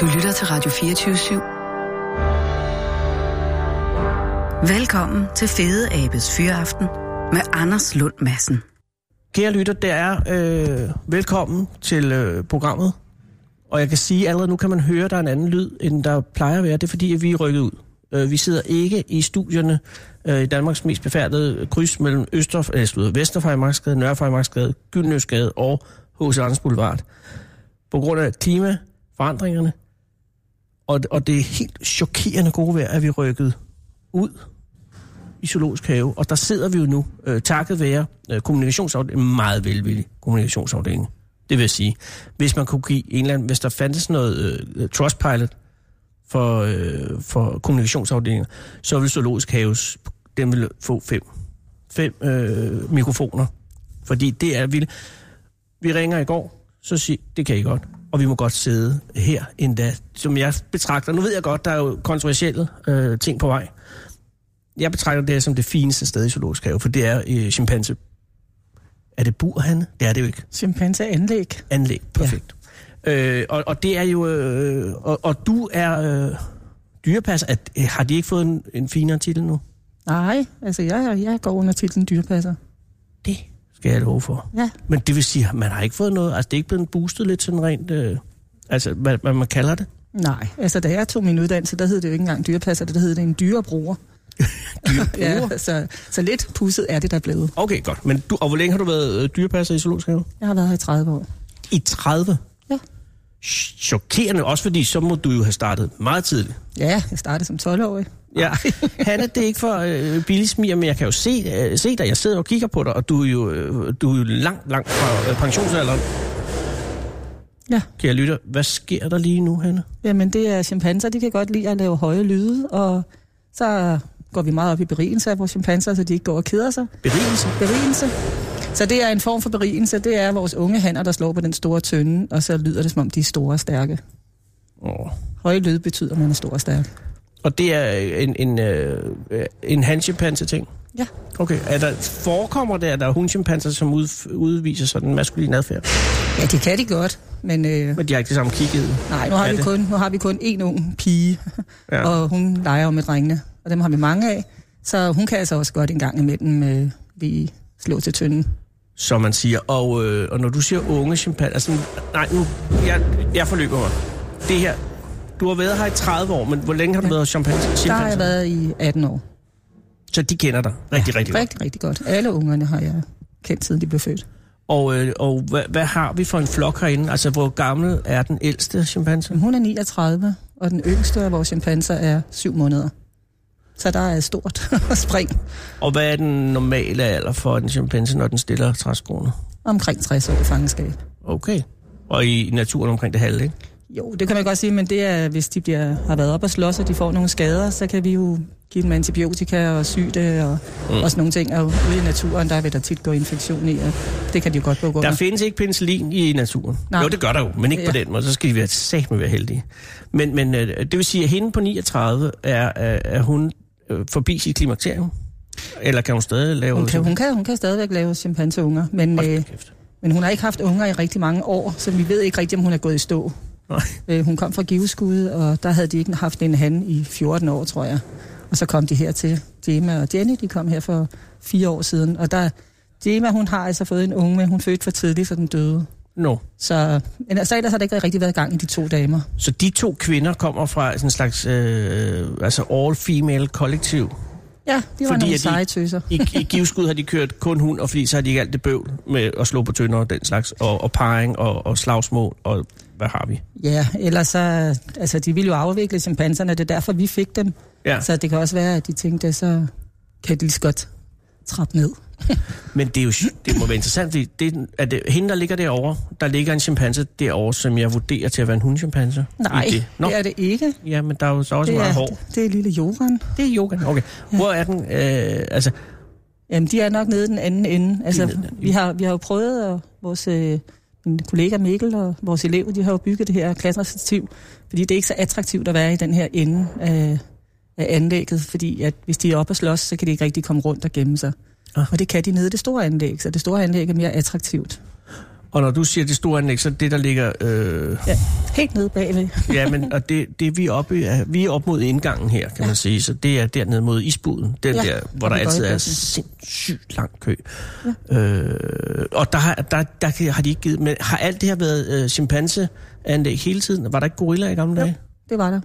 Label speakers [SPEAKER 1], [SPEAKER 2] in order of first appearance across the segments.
[SPEAKER 1] Du lytter til Radio 24 /7. Velkommen til Fede Abes Fyraften med Anders Lund Madsen.
[SPEAKER 2] Kære lytter, der er øh, velkommen til øh, programmet. Og jeg kan sige, allerede nu kan man høre, at der er en anden lyd, end der plejer at være. Det er fordi, at vi er rykket ud. Øh, vi sidder ikke i studierne øh, i Danmarks mest befærdede kryds mellem Øster, øh, Vesterfejmarksgade, Nørrefejmarksgade, Gyldnøsgade og H.C. Anders Boulevard. På grund af klimaforandringerne, og, og det er helt chokerende gode vejr, at vi rykkede ud i Zoologisk Have, og der sidder vi jo nu, øh, takket være øh, kommunikationsafdelingen, meget velvillig kommunikationsafdeling. Det vil sige, hvis man kunne give en eller anden, hvis der fandtes noget øh, Trustpilot for, øh, for kommunikationsafdelinger, så ville Zoologisk Haves, den ville få fem, fem øh, mikrofoner. Fordi det er vildt. Vi ringer i går, så siger det kan I godt og vi må godt sidde her endda, som jeg betragter. Nu ved jeg godt, der er jo kontroversielle øh, ting på vej. Jeg betragter det som det fineste sted i zoologisk have, for det er øh, chimpanse. Er det burhande? Det er det jo ikke.
[SPEAKER 3] Chimpanse anlæg.
[SPEAKER 2] Anlæg, perfekt. Ja. Øh, og, og det er jo... Øh, og, og du er øh, dyrepas. At, øh, har de ikke fået en, en finere titel nu?
[SPEAKER 3] Nej, altså jeg, jeg går under titlen dyrepasser.
[SPEAKER 2] Det skal jeg love for.
[SPEAKER 3] Ja.
[SPEAKER 2] Men det vil sige, at man har ikke fået noget, altså det er ikke blevet boostet lidt sådan rent, øh, altså hvad, hvad man kalder det?
[SPEAKER 3] Nej, altså da jeg tog min uddannelse, der hed det jo ikke engang dyrepasser, der hed det en dyrebruger.
[SPEAKER 2] dyrebruger?
[SPEAKER 3] ja, så, så lidt pusset er det, der er blevet.
[SPEAKER 2] Okay, godt. Men du, og hvor længe har du været øh, dyrepasser i zoologisk have?
[SPEAKER 3] Jeg har været her i 30 år.
[SPEAKER 2] I 30?
[SPEAKER 3] Ja.
[SPEAKER 2] Chokerende, også fordi så må du jo have startet meget tidligt.
[SPEAKER 3] Ja, jeg startede som 12-årig.
[SPEAKER 2] Ja, Hanne, det er ikke for øh, billig smier, men jeg kan jo se, øh, se dig. Jeg sidder og kigger på dig, og du er jo, øh, du er jo langt, langt fra øh, pensionsalderen.
[SPEAKER 3] Ja.
[SPEAKER 2] Kære lytter, hvad sker der lige nu, Hanne?
[SPEAKER 3] Jamen det er chimpanser, de kan godt lide at lave høje lyde, og så går vi meget op i berigelse af vores chimpanser, så de ikke går og keder sig.
[SPEAKER 2] Berigelse?
[SPEAKER 3] Berigelse. Så det er en form for berigelse, det er vores unge hanner, der slår på den store tønde, og så lyder det, som om de er store og stærke.
[SPEAKER 2] Oh.
[SPEAKER 3] Høje lyd betyder, at man er stor og stærk.
[SPEAKER 2] Og det er en, en, øh, en handchimpanse-ting?
[SPEAKER 3] Ja.
[SPEAKER 2] Okay, er der, forekommer det, at der er hundchimpanser, som ud, udviser sådan en maskulin adfærd?
[SPEAKER 3] Ja, det kan de godt, men øh,
[SPEAKER 2] Men de har ikke det samme kigget.
[SPEAKER 3] nej, nu har,
[SPEAKER 2] er
[SPEAKER 3] vi
[SPEAKER 2] det?
[SPEAKER 3] kun, nu har vi kun én ung pige,
[SPEAKER 2] Ja.
[SPEAKER 3] ja. og hun leger jo med drengene, og dem har vi mange af, så hun kan altså også godt en gang imellem øh, vi slå til tynden.
[SPEAKER 2] Som man siger. Og, øh, og når du siger unge chimpanser... Altså, nej, nu, jeg, jeg forløber mig. Det her, du har været her i 30 år, men hvor længe har du ja.
[SPEAKER 3] Ja.
[SPEAKER 2] været chimpanse?
[SPEAKER 3] Der har jeg været i 18 år.
[SPEAKER 2] Så de kender dig rigtig, rigtig godt.
[SPEAKER 3] Rigtig, rigtig godt. Alle ungerne har jeg kendt, siden de blev født.
[SPEAKER 2] Og, øh, og hvad, hvad har vi for en flok herinde? Altså, hvor gammel er den ældste chimpanse?
[SPEAKER 3] Hun er 39, og den yngste af vores chimpanser er 7 måneder. Så der er et stort spring
[SPEAKER 2] Og hvad er den normale alder for en chimpanse, når den stiller træskoene?
[SPEAKER 3] omkring 60 år i fangenskab.
[SPEAKER 2] Okay. Og i naturen omkring det halve, ikke?
[SPEAKER 3] Jo, det kan man godt sige, men det er, hvis de bliver, har været op og slås, og de får nogle skader, så kan vi jo give dem antibiotika og sygde og mm. også nogle ting. Og ude i naturen, der vil der tit gå infektion i, og det kan de jo godt gå under.
[SPEAKER 2] Der findes ikke penicillin i naturen. Nej.
[SPEAKER 3] Nej.
[SPEAKER 2] Jo, det gør der jo, men ikke ja. på
[SPEAKER 3] Ja.
[SPEAKER 2] den måde. Så skal de være sagt med være heldige. Men, men øh, det vil sige, at hende på 39, er, er, er hun øh, forbi sit klimakterium? Eller kan hun stadig lave...
[SPEAKER 3] Hun kan, hun, kan, hun kan stadigvæk lave chimpanseunger, men,
[SPEAKER 2] Hold da
[SPEAKER 3] øh,
[SPEAKER 2] kæft.
[SPEAKER 3] men hun har ikke haft unger i rigtig mange år, så vi ved ikke rigtig, om hun er gået i stå.
[SPEAKER 2] Nej.
[SPEAKER 3] Øh, hun kom fra Giveskud, og der havde de ikke haft en han i 14 år, tror jeg. Og så kom de her til Dema og Jenny, de kom her for fire år siden. Og der, Dema, hun har altså fået en unge, men hun fødte for tidligt, så den døde.
[SPEAKER 2] No.
[SPEAKER 3] Så, men altså, ellers har der ikke rigtig været gang i de to damer.
[SPEAKER 2] Så de to kvinder kommer fra sådan en slags øh, altså all-female kollektiv.
[SPEAKER 3] Ja, de var
[SPEAKER 2] Fordi
[SPEAKER 3] Fordi nogle
[SPEAKER 2] at de-
[SPEAKER 3] seje tøser.
[SPEAKER 2] I, i givskud har de kørt kun hund, og fordi så har de ikke alt det bøvl med at slå på tønder og den slags, og, og parring og, og slagsmål, og hvad har vi?
[SPEAKER 3] Ja, ellers så, altså, de ville jo afvikle chimpanserne, det er derfor, vi fik dem.
[SPEAKER 2] Ja.
[SPEAKER 3] Så det kan også være, at de tænkte, så kan de lige så godt trappe ned.
[SPEAKER 2] Men det, er jo, det må være interessant, fordi det, at det, hende, der ligger derovre, der ligger en chimpanse derovre, som jeg vurderer til at være en hundchimpanse.
[SPEAKER 3] Nej,
[SPEAKER 2] I det. Nå,
[SPEAKER 3] det er det ikke.
[SPEAKER 2] ja, men der er jo så også
[SPEAKER 3] det,
[SPEAKER 2] meget
[SPEAKER 3] er,
[SPEAKER 2] hår.
[SPEAKER 3] det er lille Joran.
[SPEAKER 2] Det er yoga. Okay. Hvor er den? Øh, altså,
[SPEAKER 3] Jamen, de er nok nede i den anden ende.
[SPEAKER 2] De er nede i den
[SPEAKER 3] Altså,
[SPEAKER 2] anden
[SPEAKER 3] vi har, vi har jo prøvet, og vores øh, min kollega Mikkel og vores elever, de har jo bygget det her klatrestativ, fordi det er ikke så attraktivt at være i den her ende af, af anlægget, fordi at hvis de er oppe og slås, så kan de ikke rigtig komme rundt og gemme sig.
[SPEAKER 2] Ah.
[SPEAKER 3] Og det kan de nede i det store anlæg, så det store anlæg er mere attraktivt.
[SPEAKER 2] Og når du siger det store anlæg, så er det, der ligger... Øh,
[SPEAKER 3] Ja, helt nede bagved.
[SPEAKER 2] ja, men og det, det vi, er oppe, i, er, vi er op mod indgangen her, kan ja. man sige. Så det er dernede mod isbuden, den ja,
[SPEAKER 3] Ja,
[SPEAKER 2] der, hvor
[SPEAKER 3] og
[SPEAKER 2] der
[SPEAKER 3] vi går
[SPEAKER 2] altid
[SPEAKER 3] i
[SPEAKER 2] er
[SPEAKER 3] pladsen.
[SPEAKER 2] sindssygt lang kø. Ja. Øh, og der, har- der, der, kan- har de ikke givet... Men har alt det her været øh, chimpanseanlæg hele tiden? Var der ikke gorilla i gamle dage?
[SPEAKER 3] Det var der.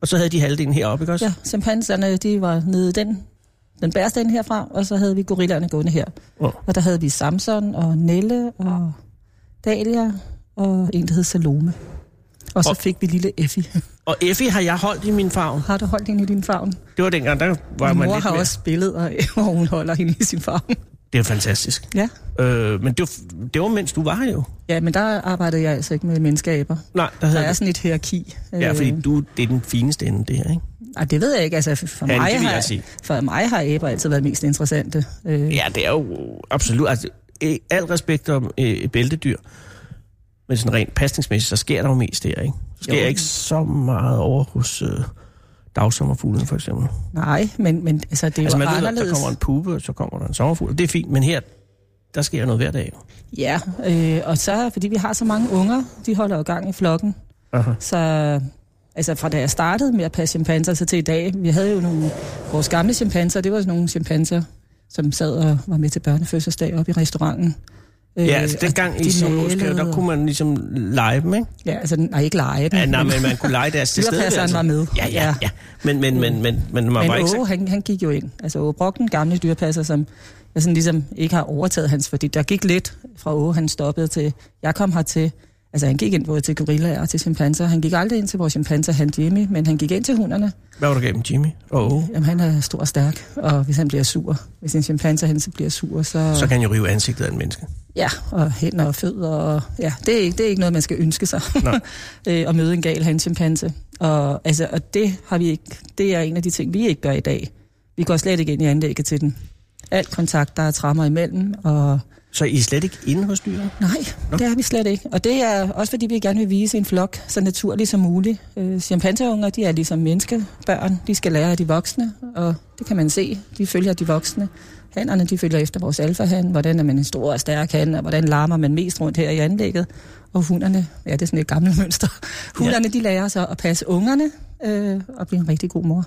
[SPEAKER 2] Og så havde de halvdelen heroppe, ikke også?
[SPEAKER 3] Ja, chimpanserne, de var nede i den, den bæreste ende herfra, og så havde vi gorillerne gående her.
[SPEAKER 2] Wow.
[SPEAKER 3] Og der havde vi Samson og Nelle og Dahlia og en, der hed Salome. Og så
[SPEAKER 2] Og-
[SPEAKER 3] fik vi lille Effie.
[SPEAKER 2] Og Effie har jeg holdt i min favn.
[SPEAKER 3] Har du holdt hende i din favn?
[SPEAKER 2] Det var dengang, der var
[SPEAKER 3] Min
[SPEAKER 2] man
[SPEAKER 3] mor
[SPEAKER 2] lidt
[SPEAKER 3] har
[SPEAKER 2] mere.
[SPEAKER 3] også spillet, og, og hun holder hende i sin favn.
[SPEAKER 2] Det er fantastisk.
[SPEAKER 3] Ja.
[SPEAKER 2] Øh, men det var, det var, mens du var her jo.
[SPEAKER 3] ja, men der arbejdede jeg altså ikke med menneskeaber.
[SPEAKER 2] Nej, der
[SPEAKER 3] Der
[SPEAKER 2] havde
[SPEAKER 3] er
[SPEAKER 2] det.
[SPEAKER 3] sådan et hierarki.
[SPEAKER 2] Ja,
[SPEAKER 3] Øh,
[SPEAKER 2] fordi du, det er den fineste ende, det her, ikke?
[SPEAKER 3] Ej, det ved jeg ikke. Altså, for,
[SPEAKER 2] Ja, det
[SPEAKER 3] mig
[SPEAKER 2] vil jeg
[SPEAKER 3] har,
[SPEAKER 2] sige.
[SPEAKER 3] for mig har æber altid været mest interessante. Øh,
[SPEAKER 2] Ja, det er jo absolut... Altså, øh, al respekt om øh, bæltedyr, men sådan rent pasningsmæssigt, så sker der jo mest der, ikke? Så sker
[SPEAKER 3] Jo.
[SPEAKER 2] jo. ikke så meget over hos øh, dagsommerfuglen, for eksempel.
[SPEAKER 3] Nej, men, men altså, det er
[SPEAKER 2] Altså,
[SPEAKER 3] jo
[SPEAKER 2] man ved, at
[SPEAKER 3] anderledes.
[SPEAKER 2] der kommer en puppe, og så kommer der en sommerfugl, og det er fint, men her, der sker noget hver dag, jo.
[SPEAKER 3] Ja, øh, og så fordi vi har så mange unger, de holder jo gang i flokken.
[SPEAKER 2] Aha.
[SPEAKER 3] Så altså fra da jeg startede med at passe chimpanser så til i dag, vi havde jo nogle, vores gamle chimpanser, det var sådan nogle chimpanser, som sad og var med til børnefødselsdag oppe i restauranten. Øh,
[SPEAKER 2] Ja, altså dengang i
[SPEAKER 3] de
[SPEAKER 2] zoologisk, have, der
[SPEAKER 3] malede.
[SPEAKER 2] kunne man ligesom lege dem, ikke?
[SPEAKER 3] Ja, altså, nej, ikke lege dem.
[SPEAKER 2] Ja, nej, men man kunne lege deres tilstedeværelse.
[SPEAKER 3] Dyrepasseren var med.
[SPEAKER 2] Ja, ja, ja. Men, men, men, men, men man
[SPEAKER 3] Men
[SPEAKER 2] var ikke
[SPEAKER 3] Åge,
[SPEAKER 2] så...
[SPEAKER 3] han, han gik jo ind. Altså Åge Brock, den gamle dyrepasser, som jeg sådan ligesom ikke har overtaget hans, fordi der gik lidt fra Åge, han stoppede til, jeg kom hertil. Altså han gik ind både til gorillaer og til chimpanser. Han gik aldrig ind til vores chimpanser, han Jimmy, men han gik ind til hunderne.
[SPEAKER 2] Hvad var der gennem Jimmy? Og oh,
[SPEAKER 3] Jamen han er stor og stærk, og hvis han bliver sur, hvis en chimpanser han så bliver sur, så...
[SPEAKER 2] så kan han jo rive ansigtet af en menneske.
[SPEAKER 3] Ja, og hænder og fødder. Og, ja, det er, ikke, det er ikke noget, man skal ønske sig.
[SPEAKER 2] Nej.
[SPEAKER 3] øh, at møde en gal hanchimpanse. Og, altså, og det, har vi ikke, det er en af de ting, vi ikke gør i dag. Vi går slet ikke ind i anlægget til den. Alt kontakt, der er trammer imellem, og
[SPEAKER 2] Så I er slet ikke inde hos dyret?
[SPEAKER 3] nej,
[SPEAKER 2] Nå.
[SPEAKER 3] det er vi slet ikke. Og det er også, fordi vi gerne vil vise en flok så naturligt som muligt. Øh, chimpanseunger, de er ligesom menneskebørn. De skal lære af de voksne, og det kan man se. De følger de voksne. Hannerne, de følger efter vores alfahan. Hvordan er man en stor og stærk han, og hvordan larmer man mest rundt her i anlægget. Og hunderne, ja, det er sådan et gammelt mønster. Hunderne, ja. de lærer så at passe ungerne øh, og blive en rigtig god mor.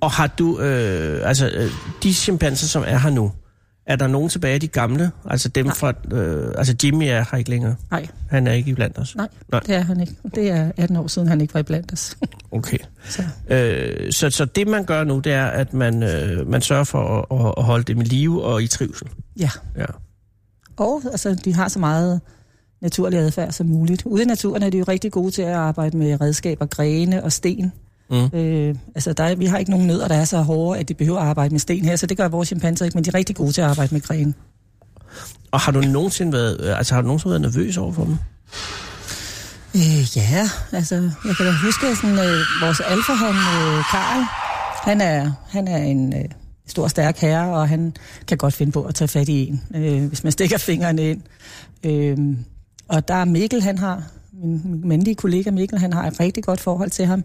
[SPEAKER 2] Og har du... Øh, altså, øh, de chimpanser, som er her nu, er der nogen tilbage af de gamle? Altså dem
[SPEAKER 3] Nej.
[SPEAKER 2] fra... Øh, altså Jimmy er her ikke længere.
[SPEAKER 3] Nej,
[SPEAKER 2] Han er ikke iblandt os.
[SPEAKER 3] nej,
[SPEAKER 2] Nej.
[SPEAKER 3] nej, det er han ikke. Det er 18 år siden, han ikke var iblandt os.
[SPEAKER 2] Okay.
[SPEAKER 3] Så.
[SPEAKER 2] Øh, så, så det, man gør nu, det er, at man, øh, man sørger for at, at holde dem i live og i trivsel.
[SPEAKER 3] Ja.
[SPEAKER 2] Ja.
[SPEAKER 3] Og altså, de har så meget naturlig adfærd som muligt. Ude i naturen er de jo rigtig gode til at arbejde med redskaber, grene og sten.
[SPEAKER 2] Mm.
[SPEAKER 3] Øh, altså, der er, vi har ikke nogen nødder, der er så hårde, at de behøver at arbejde med sten her, så det gør vores chimpanser ikke, men de er rigtig gode til at arbejde med grene.
[SPEAKER 2] Og har du nogensinde været, øh, altså, har du nogensinde været nervøs over for dem?
[SPEAKER 3] Øh, ja, altså, jeg kan da huske sådan, øh, vores alfahan, øh, Karl, han er, han er en øh, stor, stærk herre, og han kan godt finde på at tage fat i en, øh, hvis man stikker fingrene ind. Øh, og der er Mikkel, han har, min, min mandlige kollega Mikkel, han har et rigtig godt forhold til ham.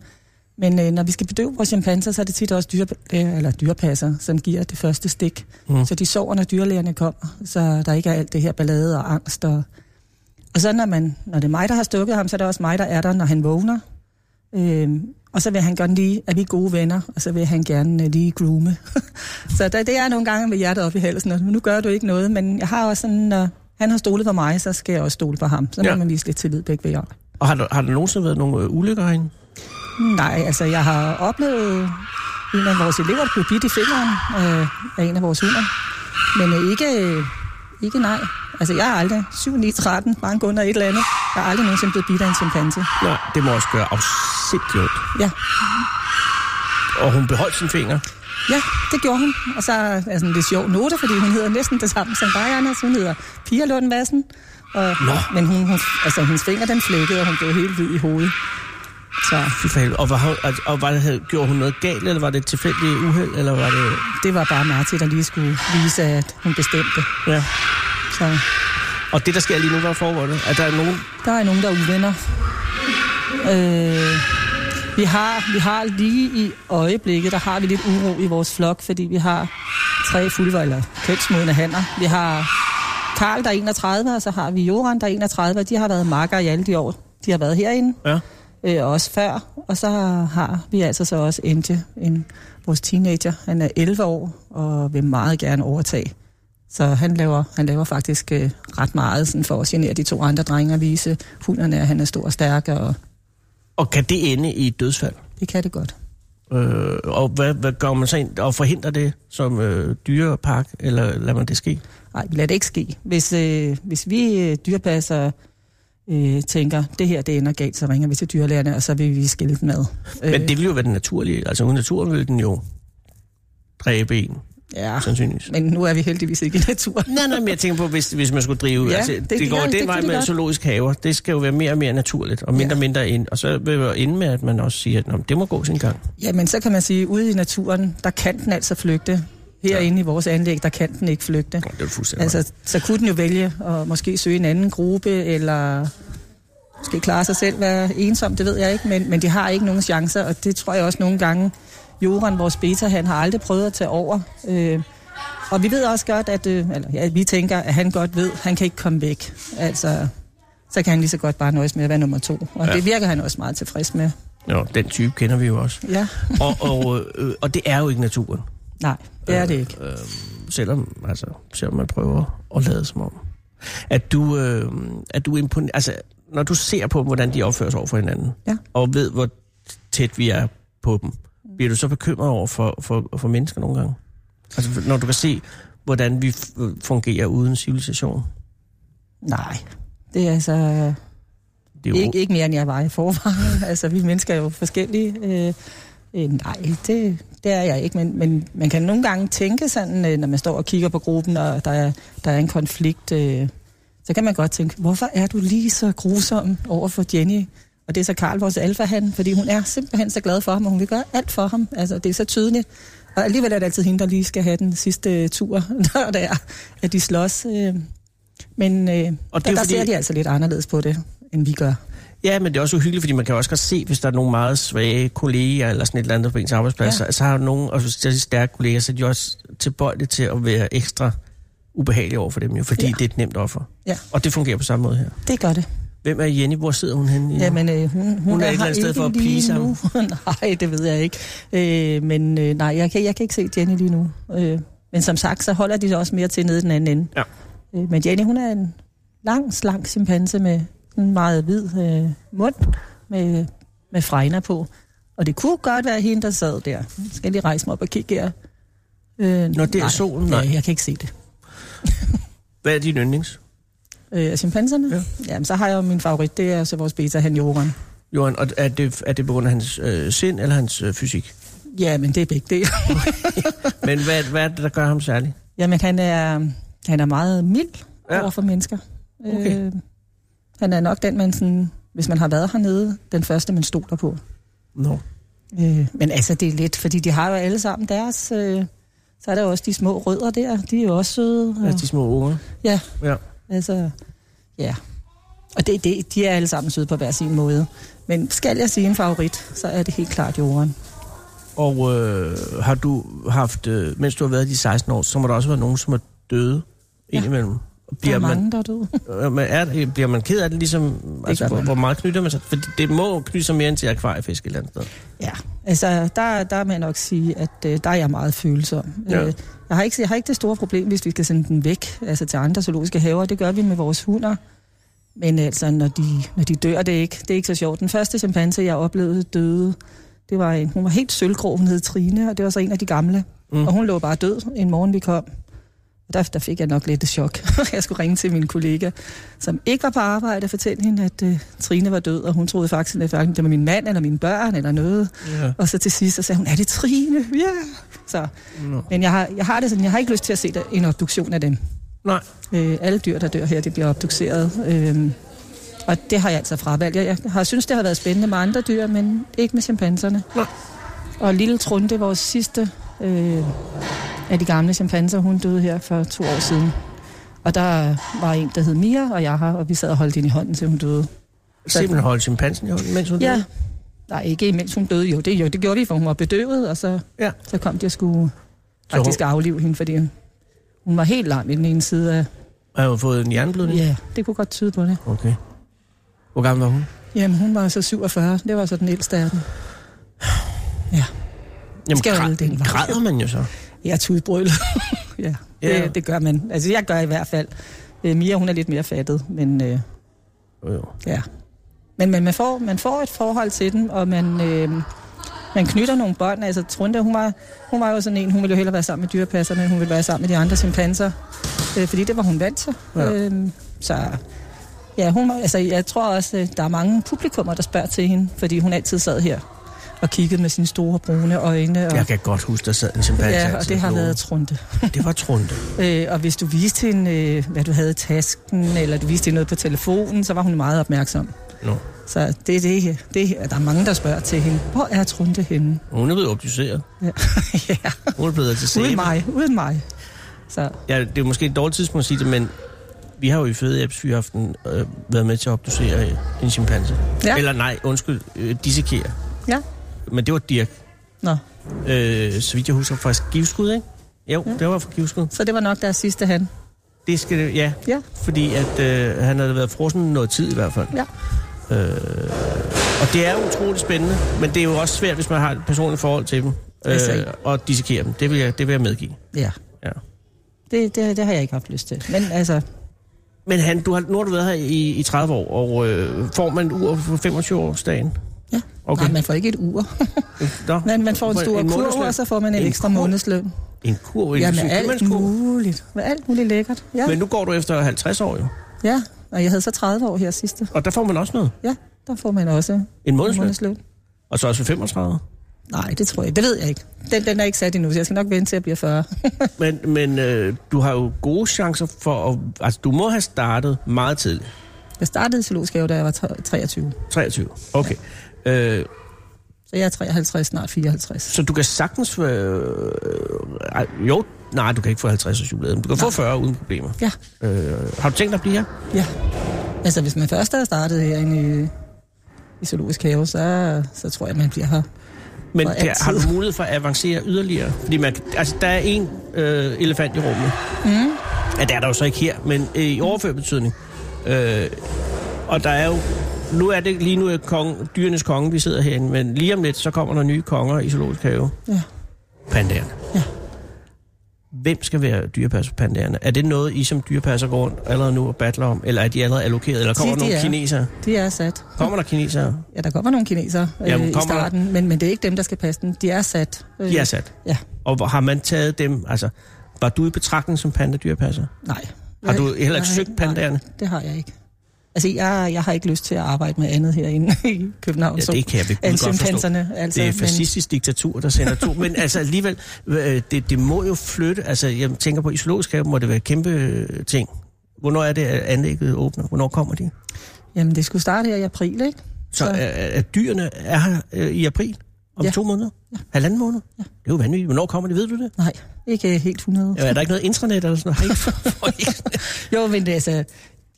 [SPEAKER 3] Men øh, når vi skal bedøve vores chimpanser, så er det tit også dyre, øh, eller dyrepasser, som giver det første stik.
[SPEAKER 2] Mm.
[SPEAKER 3] Mm. Så de sover, når dyrlægerne kommer, så der ikke er alt det her ballade og angst og og så når, man, når det er mig, der har stukket ham, så er det også mig, der er der, når han vågner. Øhm, og så vil han gerne lige, at vi er gode venner, og så vil han gerne øh, lige groome. så der, det er nogle gange med hjertet op i halsen, og nu gør du ikke noget, men jeg har også sådan, når han har stolet på mig, så skal jeg også stole på ham. Så må
[SPEAKER 2] Ja.
[SPEAKER 3] ja. man vise lidt tillid begge ved jer.
[SPEAKER 2] Og har der, har der nogensinde været nogle øh, ulykker herinde?
[SPEAKER 3] Nej, altså jeg har oplevet en af vores elever, der blev bidt i fingeren øh, af en af vores hunder. Men øh, ikke, øh, ikke nej. Altså jeg har aldrig, 7, 9, 13, bank under et eller andet. Jeg har aldrig nogensinde blevet bidt af en chimpanse.
[SPEAKER 2] Nej, det må også gøre afsindigt ondt.
[SPEAKER 3] Ja,
[SPEAKER 2] Og hun beholdt sin finger.
[SPEAKER 3] ja, det gjorde hun. Og så er altså, en lidt sjov note, fordi hun hedder næsten det samme som dig, Anders. Hun hedder Pia Lund Madsen. Og,
[SPEAKER 2] Nå.
[SPEAKER 3] men hun, hun, altså, hendes finger den flækkede, og hun blev helt hvid i hovedet. Så
[SPEAKER 2] Fy for helvede. Og, var, hun- og- og var det, gjorde hun noget galt, eller var det et tilfældigt uheld, eller var det...
[SPEAKER 3] det var bare Marti, der lige skulle vise, at hun bestemte.
[SPEAKER 2] Ja.
[SPEAKER 3] Så
[SPEAKER 2] Og det, der sker lige nu, hvad foregår det? Er der nogen...
[SPEAKER 3] der er nogen, der er uvenner. Øh, vi, har, vi har lige i øjeblikket, der har vi lidt uro i vores flok, fordi vi har tre fulver, eller kønsmodne hanner. Vi har Karl, der er 31, og så har vi Joran, der er 31, og de har været makker i alle de år, de har været herinde,
[SPEAKER 2] Ja.
[SPEAKER 3] øh, også før. Og så har vi altså så også Ente, en, vores teenager. Han er 11 år og vil meget gerne overtage. Så han laver, han laver faktisk øh, ret meget sådan for at genere de to andre drenge og vise hunderne, at han er stor og stærk, og
[SPEAKER 2] Og kan det ende i et dødsfald?
[SPEAKER 3] det kan det godt.
[SPEAKER 2] Øh, og hvad, hvad gør man så ind og forhindrer det som øh, dyrepark, eller lader man det ske?
[SPEAKER 3] Nej, vi lader det ikke ske. Hvis, øh, hvis vi øh, dyrepasser øh, tænker, det her det ender galt, så ringer vi til dyrlægerne, og så vil vi skille dem ad.
[SPEAKER 2] Øh. Men det ville jo være den naturlige. Altså uden naturen ville den jo dræbe en,
[SPEAKER 3] Ja,
[SPEAKER 2] sandsynligvis.
[SPEAKER 3] men nu er vi heldigvis ikke i naturen.
[SPEAKER 2] Nej, nej, men jeg tænker på, hvis, hvis man skulle drive...
[SPEAKER 3] Ja,
[SPEAKER 2] altså, det,
[SPEAKER 3] det-
[SPEAKER 2] det går
[SPEAKER 3] ja,
[SPEAKER 2] den
[SPEAKER 3] det kan
[SPEAKER 2] vej
[SPEAKER 3] de
[SPEAKER 2] med
[SPEAKER 3] godt.
[SPEAKER 2] zoologisk haver. Det skal jo være mere og mere naturligt, og mindre og
[SPEAKER 3] Ja.
[SPEAKER 2] mindre ind. Og så vil jeg ende med, at man også siger, at "Nå, men det må gå sin gang.
[SPEAKER 3] Jamen, så kan man sige, ude i naturen, der kan den altså flygte. Herinde i vores anlæg, der kan den ikke flygte.
[SPEAKER 2] Nå, Det er jo fuldstændig altså,
[SPEAKER 3] Altså, så kunne den jo vælge at måske søge en anden gruppe, eller måske klare sig selv, være ensom, det ved jeg ikke, men, men de har ikke nogen chancer, og det tror jeg også nogle gange, Joran, vores beta, han har aldrig prøvet at tage over. Øh, og vi ved også godt, at øh, eller, ja, vi tænker, at han godt ved, han kan ikke komme væk. Altså, så kan han lige så godt bare nøjes med at være nummer to. Og
[SPEAKER 2] Ja.
[SPEAKER 3] ja. det virker han også meget tilfreds med.
[SPEAKER 2] Jo, den type kender vi jo også.
[SPEAKER 3] Ja,
[SPEAKER 2] Og, og, øh, og det er jo ikke naturen,
[SPEAKER 3] nej, det er det ikke.
[SPEAKER 2] øh, selvom, altså, selvom man prøver at lade som om. At du, øh, at du impon- altså, når du ser på dem, hvordan de opfører sig over for hinanden,
[SPEAKER 3] Ja.
[SPEAKER 2] og ved, hvor tæt vi er på dem, bliver du så bekymret over for, for, for mennesker nogle gange? Altså, når du kan se, hvordan vi f- fungerer uden civilisation.
[SPEAKER 3] Nej, det er altså øh,
[SPEAKER 2] Det er jo,
[SPEAKER 3] ikke, ikke mere, end jeg var i forvejen. altså, vi mennesker er jo forskellige. Øh, øh, nej, det, det er jeg ikke, men, men man kan nogle gange tænke sådan, øh, når man står og kigger på gruppen, og der er, der er en konflikt, øh, så kan man godt tænke, hvorfor er du lige så grusom over for Jenny? Og det er så Karl, vores alfahan, fordi hun er simpelthen så glad for ham, og hun vil gøre alt for ham. Altså, det er så tydeligt. Og alligevel er det altid hende, der lige skal have den sidste øh, tur, når det er, at de slås. Øh. Men øh,
[SPEAKER 2] Og
[SPEAKER 3] og
[SPEAKER 2] det er
[SPEAKER 3] der, der
[SPEAKER 2] fordi-
[SPEAKER 3] ser de altså lidt anderledes på det, end vi gør.
[SPEAKER 2] Ja, men det er også uhyggeligt, fordi man kan jo også godt se, hvis der er nogle meget svage kolleger eller sådan et eller andet på ens arbejdsplads, ja.
[SPEAKER 3] Ja.
[SPEAKER 2] så, så har du nogle, og hvis der er stærke kolleger, så er de også tilbøjelige til at være ekstra ubehagelige over for dem, jo, fordi ja.
[SPEAKER 3] Ja.
[SPEAKER 2] det er et nemt offer.
[SPEAKER 3] Ja.
[SPEAKER 2] Og det fungerer på samme måde her.
[SPEAKER 3] Det gør det.
[SPEAKER 2] Hvem er Jenny? Hvor sidder hun henne? lige
[SPEAKER 3] Ja,
[SPEAKER 2] nu?
[SPEAKER 3] men øh, hun, hun,
[SPEAKER 2] Hun er et
[SPEAKER 3] her
[SPEAKER 2] eller andet sted
[SPEAKER 3] ikke
[SPEAKER 2] for at
[SPEAKER 3] lige
[SPEAKER 2] please ham.
[SPEAKER 3] nu. nej, det ved jeg ikke. Øh, men øh, nej, jeg kan, jeg kan ikke se Jenny lige nu. Øh, men som sagt, så holder de sig også mere til nede i den anden ende.
[SPEAKER 2] Ja.
[SPEAKER 3] Øh, men Jenny, hun er en lang, slank chimpanse med en meget hvid øh, mund med, med fregner på. Og det kunne godt være hende, der sad der. Skal jeg lige rejse mig op og kigge her? Øh,
[SPEAKER 2] Nå, det er solen, nej.
[SPEAKER 3] Nej, jeg kan ikke se det.
[SPEAKER 2] Hvad er din yndlings?
[SPEAKER 3] Øh, af chimpanserne?
[SPEAKER 2] Ja.
[SPEAKER 3] Jamen, så har jeg jo min favorit, det er så vores beta, han Joran.
[SPEAKER 2] Johan, og er det, er det på grund af hans øh, sind eller hans øh, fysik?
[SPEAKER 3] Ja, men det er begge dele.
[SPEAKER 2] Men hvad, hvad er det, der gør ham særlig?
[SPEAKER 3] Jamen, han er, han er meget mild
[SPEAKER 2] Ja.
[SPEAKER 3] ja. over for mennesker.
[SPEAKER 2] Okay.
[SPEAKER 3] Øh, han er nok den, man sådan, hvis man har været hernede, den første, man stoler på.
[SPEAKER 2] Nå.
[SPEAKER 3] Øh, men altså, det er lidt, fordi de har jo alle sammen deres... Øh, så er der jo også de små rødder der, de er jo også søde.
[SPEAKER 2] Ja.
[SPEAKER 3] Og,
[SPEAKER 2] altså de små unger.
[SPEAKER 3] Mm. ja,
[SPEAKER 2] Ja.
[SPEAKER 3] altså, ja. Og det, det, de er alle sammen søde på hver sin måde. Men skal jeg sige en favorit, så er det helt klart jorden.
[SPEAKER 2] Og øh, har du haft, øh, mens du har været de 16 år, så må der også være nogen, som er døde
[SPEAKER 3] Ja.
[SPEAKER 2] indimellem.
[SPEAKER 3] Der er
[SPEAKER 2] Bliver man,
[SPEAKER 3] mange, der er døde.
[SPEAKER 2] Øh, men er, bliver man ked af det, ligesom, altså,
[SPEAKER 3] gør
[SPEAKER 2] hvor,
[SPEAKER 3] man.
[SPEAKER 2] hvor meget knytter man sig? For det, det må knytte sig mere end til akvariefisk et eller andet sted.
[SPEAKER 3] Ja, altså der, der må jeg nok sige, at øh, der er jeg meget følsom.
[SPEAKER 2] Ja.
[SPEAKER 3] Ja. Øh, jeg, har ikke, jeg har ikke det store problem, hvis vi skal sende den væk altså til andre zoologiske haver. Det gør vi med vores hunder. Men altså, når de, når de dør, det er, ikke, det er ikke så sjovt. Den første chimpanse, jeg oplevede døde, det var en, hun var helt sølvgrå, hun hed Trine, og det var så en af de gamle.
[SPEAKER 2] Mm.
[SPEAKER 3] Mm. Og hun lå bare død en morgen, vi kom. Og der, der fik jeg nok lidt et chok. jeg skulle ringe til min kollega, som ikke var på arbejde, og fortælle hende, at uh, Trine var død, og hun troede faktisk, at hverken det var min mand eller mine børn eller noget.
[SPEAKER 2] Ja.
[SPEAKER 3] Og så til sidst, så sagde hun, er det Trine? Ja. Så,
[SPEAKER 2] Nå.
[SPEAKER 3] men jeg har, jeg har det sådan, jeg har ikke lyst til at se der, en obduktion af dem.
[SPEAKER 2] Nej.
[SPEAKER 3] Øh, alle dyr, der dør her, de bliver obduceret. Øh, og det har jeg altså fravalgt. Jeg, jeg har synes det har været spændende med andre dyr, men ikke med chimpanserne.
[SPEAKER 2] Nej.
[SPEAKER 3] Og Lille Trunde, vores sidste øh, af de gamle chimpanser, hun døde her for to år siden. Og der var en, der hed Mia, og jeg her, og vi sad og holdt hende i hånden, til hun døde.
[SPEAKER 2] Simpelthen holde chimpansen i hånden, mens hun
[SPEAKER 3] Ja.
[SPEAKER 2] døde.
[SPEAKER 3] Nej, ikke imens hun døde. Jo, det, jo, det gjorde vi, for hun var bedøvet, og så,
[SPEAKER 2] Ja.
[SPEAKER 3] ja. så kom de og skulle
[SPEAKER 2] Så hun-
[SPEAKER 3] faktisk aflive hende, fordi hun var helt lam i den ene side af,
[SPEAKER 2] Har hun fået en hjerneblødning?
[SPEAKER 3] Ja, det kunne godt tyde på det.
[SPEAKER 2] Okay. Hvor gammel var hun?
[SPEAKER 3] Jamen, hun var så 47. Det var så den ældste af dem. Ja, Skal
[SPEAKER 2] græ-
[SPEAKER 3] holde den vej.
[SPEAKER 2] græder man jo så.
[SPEAKER 3] jeg er tudbrøl. ja,
[SPEAKER 2] Ja.
[SPEAKER 3] det, det gør man. Altså, jeg gør i hvert fald. Øh, Mia, hun er lidt mere fattet, men... Øh,
[SPEAKER 2] Jo, jo.
[SPEAKER 3] Ja. Men, men man, får, man får et forhold til dem, og man, øh, man knytter nogle bånd. Altså Trunda, hun var, hun var jo sådan en, hun ville jo hellere være sammen med dyrepasserne, end hun ville være sammen med de andre chimpanser. Øh, fordi det var hun vant til.
[SPEAKER 2] Ja.
[SPEAKER 3] Ja. Øh, så ja, hun, var- altså, jeg tror også, øh, der er mange publikummer, der spørger til hende, fordi hun altid sad her og kiggede med sine store brune øjne. Og,
[SPEAKER 2] Jeg kan godt huske, der sad en chimpanse.
[SPEAKER 3] ja, og
[SPEAKER 2] altid
[SPEAKER 3] det har
[SPEAKER 2] og
[SPEAKER 3] været
[SPEAKER 2] gloede.
[SPEAKER 3] Trunte.
[SPEAKER 2] Det var Trunte.
[SPEAKER 3] Øh, og hvis du viste hende, øh, hvad du havde i tasken, eller du viste hende noget på telefonen, så var hun meget opmærksom.
[SPEAKER 2] Nå.
[SPEAKER 3] Så det er det, her. det her. Der er mange, der spørger til hende. Hvor er Trunte henne?
[SPEAKER 2] Hun er blevet obduceret.
[SPEAKER 3] Ja. ja.
[SPEAKER 2] Hun er blevet til
[SPEAKER 3] Uden
[SPEAKER 2] sæbe.
[SPEAKER 3] mig, uden mig. Så
[SPEAKER 2] Ja, det er måske et dårligt tidspunkt at sige det, men vi har jo i Fede Apps Fyraften øh, været med til at obducere øh, en chimpanse.
[SPEAKER 3] Ja.
[SPEAKER 2] Eller nej, undskyld, øh, dissekere.
[SPEAKER 3] ja,
[SPEAKER 2] Men det var Dirk.
[SPEAKER 3] nå.
[SPEAKER 2] Øh, så vidt jeg husker, faktisk givskud, ikke? Jo, ja. det var fra givskud.
[SPEAKER 3] Så det var nok deres sidste han.
[SPEAKER 2] Det skal det, ja.
[SPEAKER 3] Ja,
[SPEAKER 2] Fordi at øh, han havde været frossen noget tid i hvert fald. Øh,
[SPEAKER 3] ja.
[SPEAKER 2] Og det er utroligt spændende, men det er jo også svært, hvis man har et personligt forhold til dem.
[SPEAKER 3] Altså,
[SPEAKER 2] Øh, og dissekere dem. Det vil jeg, det vil jeg medgive.
[SPEAKER 3] Ja,
[SPEAKER 2] Ja.
[SPEAKER 3] det, det, det har jeg ikke haft lyst til. Men altså,
[SPEAKER 2] Men han, du har, nu har du været her i, i 30 år, og øh, får man et ur på 25-årsdagen?
[SPEAKER 3] ja.
[SPEAKER 2] Okay.
[SPEAKER 3] Okay. Nej, man får ikke et ur.
[SPEAKER 2] Nå,
[SPEAKER 3] Men man får en
[SPEAKER 2] Hvor-
[SPEAKER 3] stor kurv,
[SPEAKER 2] månedsløn?
[SPEAKER 3] og så får man en,
[SPEAKER 2] En
[SPEAKER 3] ekstra
[SPEAKER 2] kurv?
[SPEAKER 3] månedsløn.
[SPEAKER 2] En kurv, en
[SPEAKER 3] Ja,
[SPEAKER 2] ja,
[SPEAKER 3] med alt
[SPEAKER 2] købmandskurv.
[SPEAKER 3] muligt. Med alt muligt lækkert. Ja,
[SPEAKER 2] Men nu går du efter 50 år jo,
[SPEAKER 3] ja. Og jeg havde så 30 år her sidste.
[SPEAKER 2] og der får man også noget.
[SPEAKER 3] Ja, der får man også en
[SPEAKER 2] En månedsløn.
[SPEAKER 3] månedsløn.
[SPEAKER 2] Og så også ved 35.
[SPEAKER 3] Nej, det tror jeg. Det ved jeg ikke. Den, den er ikke sat endnu, så jeg skal nok vente til at blive 40.
[SPEAKER 2] Men, men øh, du har jo gode chancer for at... Altså, du må have startet meget tidligt.
[SPEAKER 3] Jeg startede i zoologisk have, da jeg var tre- 23.
[SPEAKER 2] 23. Okay. Øh,
[SPEAKER 3] Så jeg er 53, snart 54.
[SPEAKER 2] så du kan sagtens... Øh, ej, jo, nej, du kan ikke få 50 års jubilæum. Du kan nej. få 40 uden problemer.
[SPEAKER 3] Ja,
[SPEAKER 2] Øh, har du tænkt dig at blive her?
[SPEAKER 3] ja. Altså, hvis man først havde startet herinde i, i zoologisk have, så, så tror jeg, man bliver her.
[SPEAKER 2] Men
[SPEAKER 3] For
[SPEAKER 2] der,
[SPEAKER 3] altid.
[SPEAKER 2] har du mulighed for at avancere yderligere? Fordi man, kan- altså, der er en øh, elefant i rummet. Mm. Ja, det er der jo så ikke her, men øh, i overført betydning. Øh, og der er jo... Nu er det lige nu er kong, dyrenes konge, vi sidder herinde, men lige om lidt, så kommer der nye konger i zoologisk have.
[SPEAKER 3] Ja.
[SPEAKER 2] Pandaerne.
[SPEAKER 3] Ja.
[SPEAKER 2] Hvem skal være dyrepasser for pandaerne? Er det noget, I som dyrepasser går rundt allerede nu og battler om? Eller er de allerede allokeret? Eller kommer
[SPEAKER 3] Sig,
[SPEAKER 2] der
[SPEAKER 3] de
[SPEAKER 2] nogle
[SPEAKER 3] er.
[SPEAKER 2] kinesere?
[SPEAKER 3] Det er sat.
[SPEAKER 2] Kommer der kinesere?
[SPEAKER 3] Ja, der kommer nogle kinesere øh,
[SPEAKER 2] Jamen,
[SPEAKER 3] i
[SPEAKER 2] kommer der?
[SPEAKER 3] starten, men, men det er ikke dem, der skal passe den. De er sat. Øh,
[SPEAKER 2] De er sat.
[SPEAKER 3] Ja,
[SPEAKER 2] Og hvor har man taget dem? Altså, var du i betragtning som pandadyrpasser?
[SPEAKER 3] nej.
[SPEAKER 2] Har du
[SPEAKER 3] Jeg-
[SPEAKER 2] heller
[SPEAKER 3] jeg
[SPEAKER 2] ikke
[SPEAKER 3] har
[SPEAKER 2] søgt pandaerne?
[SPEAKER 3] Nej, det har jeg ikke. Altså, jeg, jeg har ikke lyst til at arbejde med andet herinde i København.
[SPEAKER 2] Ja,
[SPEAKER 3] som-
[SPEAKER 2] det kan jeg ved Gud
[SPEAKER 3] end
[SPEAKER 2] godt forstå.
[SPEAKER 3] chimpanserne, altså,
[SPEAKER 2] det er
[SPEAKER 3] men-
[SPEAKER 2] fascistisk diktatur, der sender to. Men altså alligevel, øh, det, det må jo flytte. Altså, jeg tænker på, i zoologisk have må det være et kæmpe øh, ting. Hvornår er det, at anlægget åbner? Hvornår kommer de?
[SPEAKER 3] Jamen, det skulle starte her i april, ikke?
[SPEAKER 2] Så
[SPEAKER 3] Så-
[SPEAKER 2] er, er dyrene er her øh, i april? Om
[SPEAKER 3] Ja.
[SPEAKER 2] to måneder? Halvanden måned? Det er jo vanvittigt. Hvornår kommer de? Ved du det?
[SPEAKER 3] Nej, ikke øh, helt 100.
[SPEAKER 2] Ja, Er der ikke noget intranet eller sådan noget?
[SPEAKER 3] Jo, men det, er altså,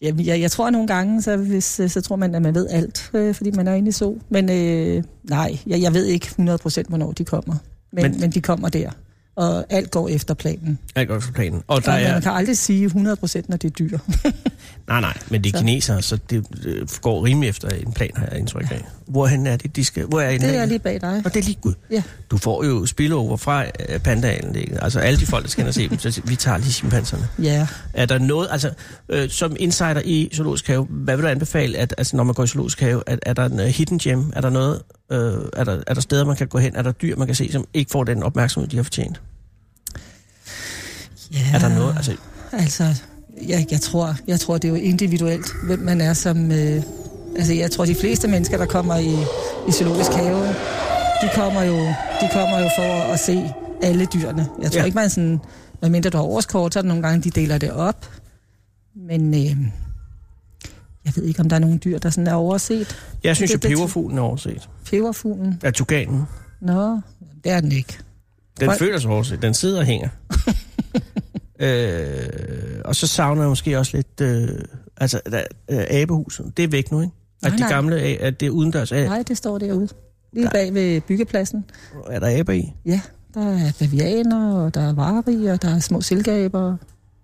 [SPEAKER 3] jamen, jeg, jeg tror nogle gange, så, hvis, øh, så tror man, at man ved alt, øh, fordi man er inde i så. Men øh, nej, jeg, jeg ved ikke 100 procent, hvornår de kommer. Men,
[SPEAKER 2] Men-
[SPEAKER 3] men, men de kommer der. Og alt går efter planen.
[SPEAKER 2] Jeg går for planen. Og der
[SPEAKER 3] Og man
[SPEAKER 2] er...
[SPEAKER 3] kan aldrig sige 100 procent, når det er dyr.
[SPEAKER 2] Nej, nej, men det er
[SPEAKER 3] Så.
[SPEAKER 2] kinesere, så det øh, går rimelig efter en plan, har jeg indtryk af. Hvorhen er det, de skal... Hvor er
[SPEAKER 3] det er lige bag dig.
[SPEAKER 2] Og det er lige gud.
[SPEAKER 3] Ja.
[SPEAKER 2] Du får jo spillover fra øh, pandaanlægget. Altså alle de folk, der skal ind og se dem, så siger, vi tager lige chimpanserne.
[SPEAKER 3] Ja.
[SPEAKER 2] Er der noget, altså øh, som insider i zoologisk have, hvad vil du anbefale, at, altså, når man går i zoologisk have, at, er der en uh, hidden gem? Er der noget, øh, er, der, er der steder, man kan gå hen? Er der dyr, man kan se, som ikke får den opmærksomhed, de har fortjent?
[SPEAKER 3] ja.
[SPEAKER 2] Er der noget, altså
[SPEAKER 3] Altså, jeg, jeg, tror, jeg tror, det er jo individuelt, hvem man er som... Øh, altså, jeg tror, de fleste mennesker, der kommer i, i zoologisk have, de kommer, jo, de kommer jo for at se alle dyrene. Jeg tror
[SPEAKER 2] Ja.
[SPEAKER 3] ja. ikke, man sådan... Medmindre du har årskort, så er der nogle gange, de deler det op. Men øh, jeg ved ikke, om der er nogle dyr, der sådan er overset.
[SPEAKER 2] jeg synes
[SPEAKER 3] Det-
[SPEAKER 2] jo,
[SPEAKER 3] det-
[SPEAKER 2] peberfuglen er overset.
[SPEAKER 3] Peberfuglen?
[SPEAKER 2] Er tuganen.
[SPEAKER 3] Nå, det er den ikke.
[SPEAKER 2] Den
[SPEAKER 3] Folk-
[SPEAKER 2] føler sig overset. Den sidder og hænger. øh, og så savner jeg måske også lidt... Øh, altså, der, øh, abehuset. Det er væk nu, ikke? At
[SPEAKER 3] Nej,
[SPEAKER 2] de
[SPEAKER 3] nej.
[SPEAKER 2] gamle, a- at det er udendørs af.
[SPEAKER 3] Nej, det står derude. Lige bag ved byggepladsen.
[SPEAKER 2] Er der aber i?
[SPEAKER 3] Ja, der er bavianer, og der er varer, og der er små silkeaber.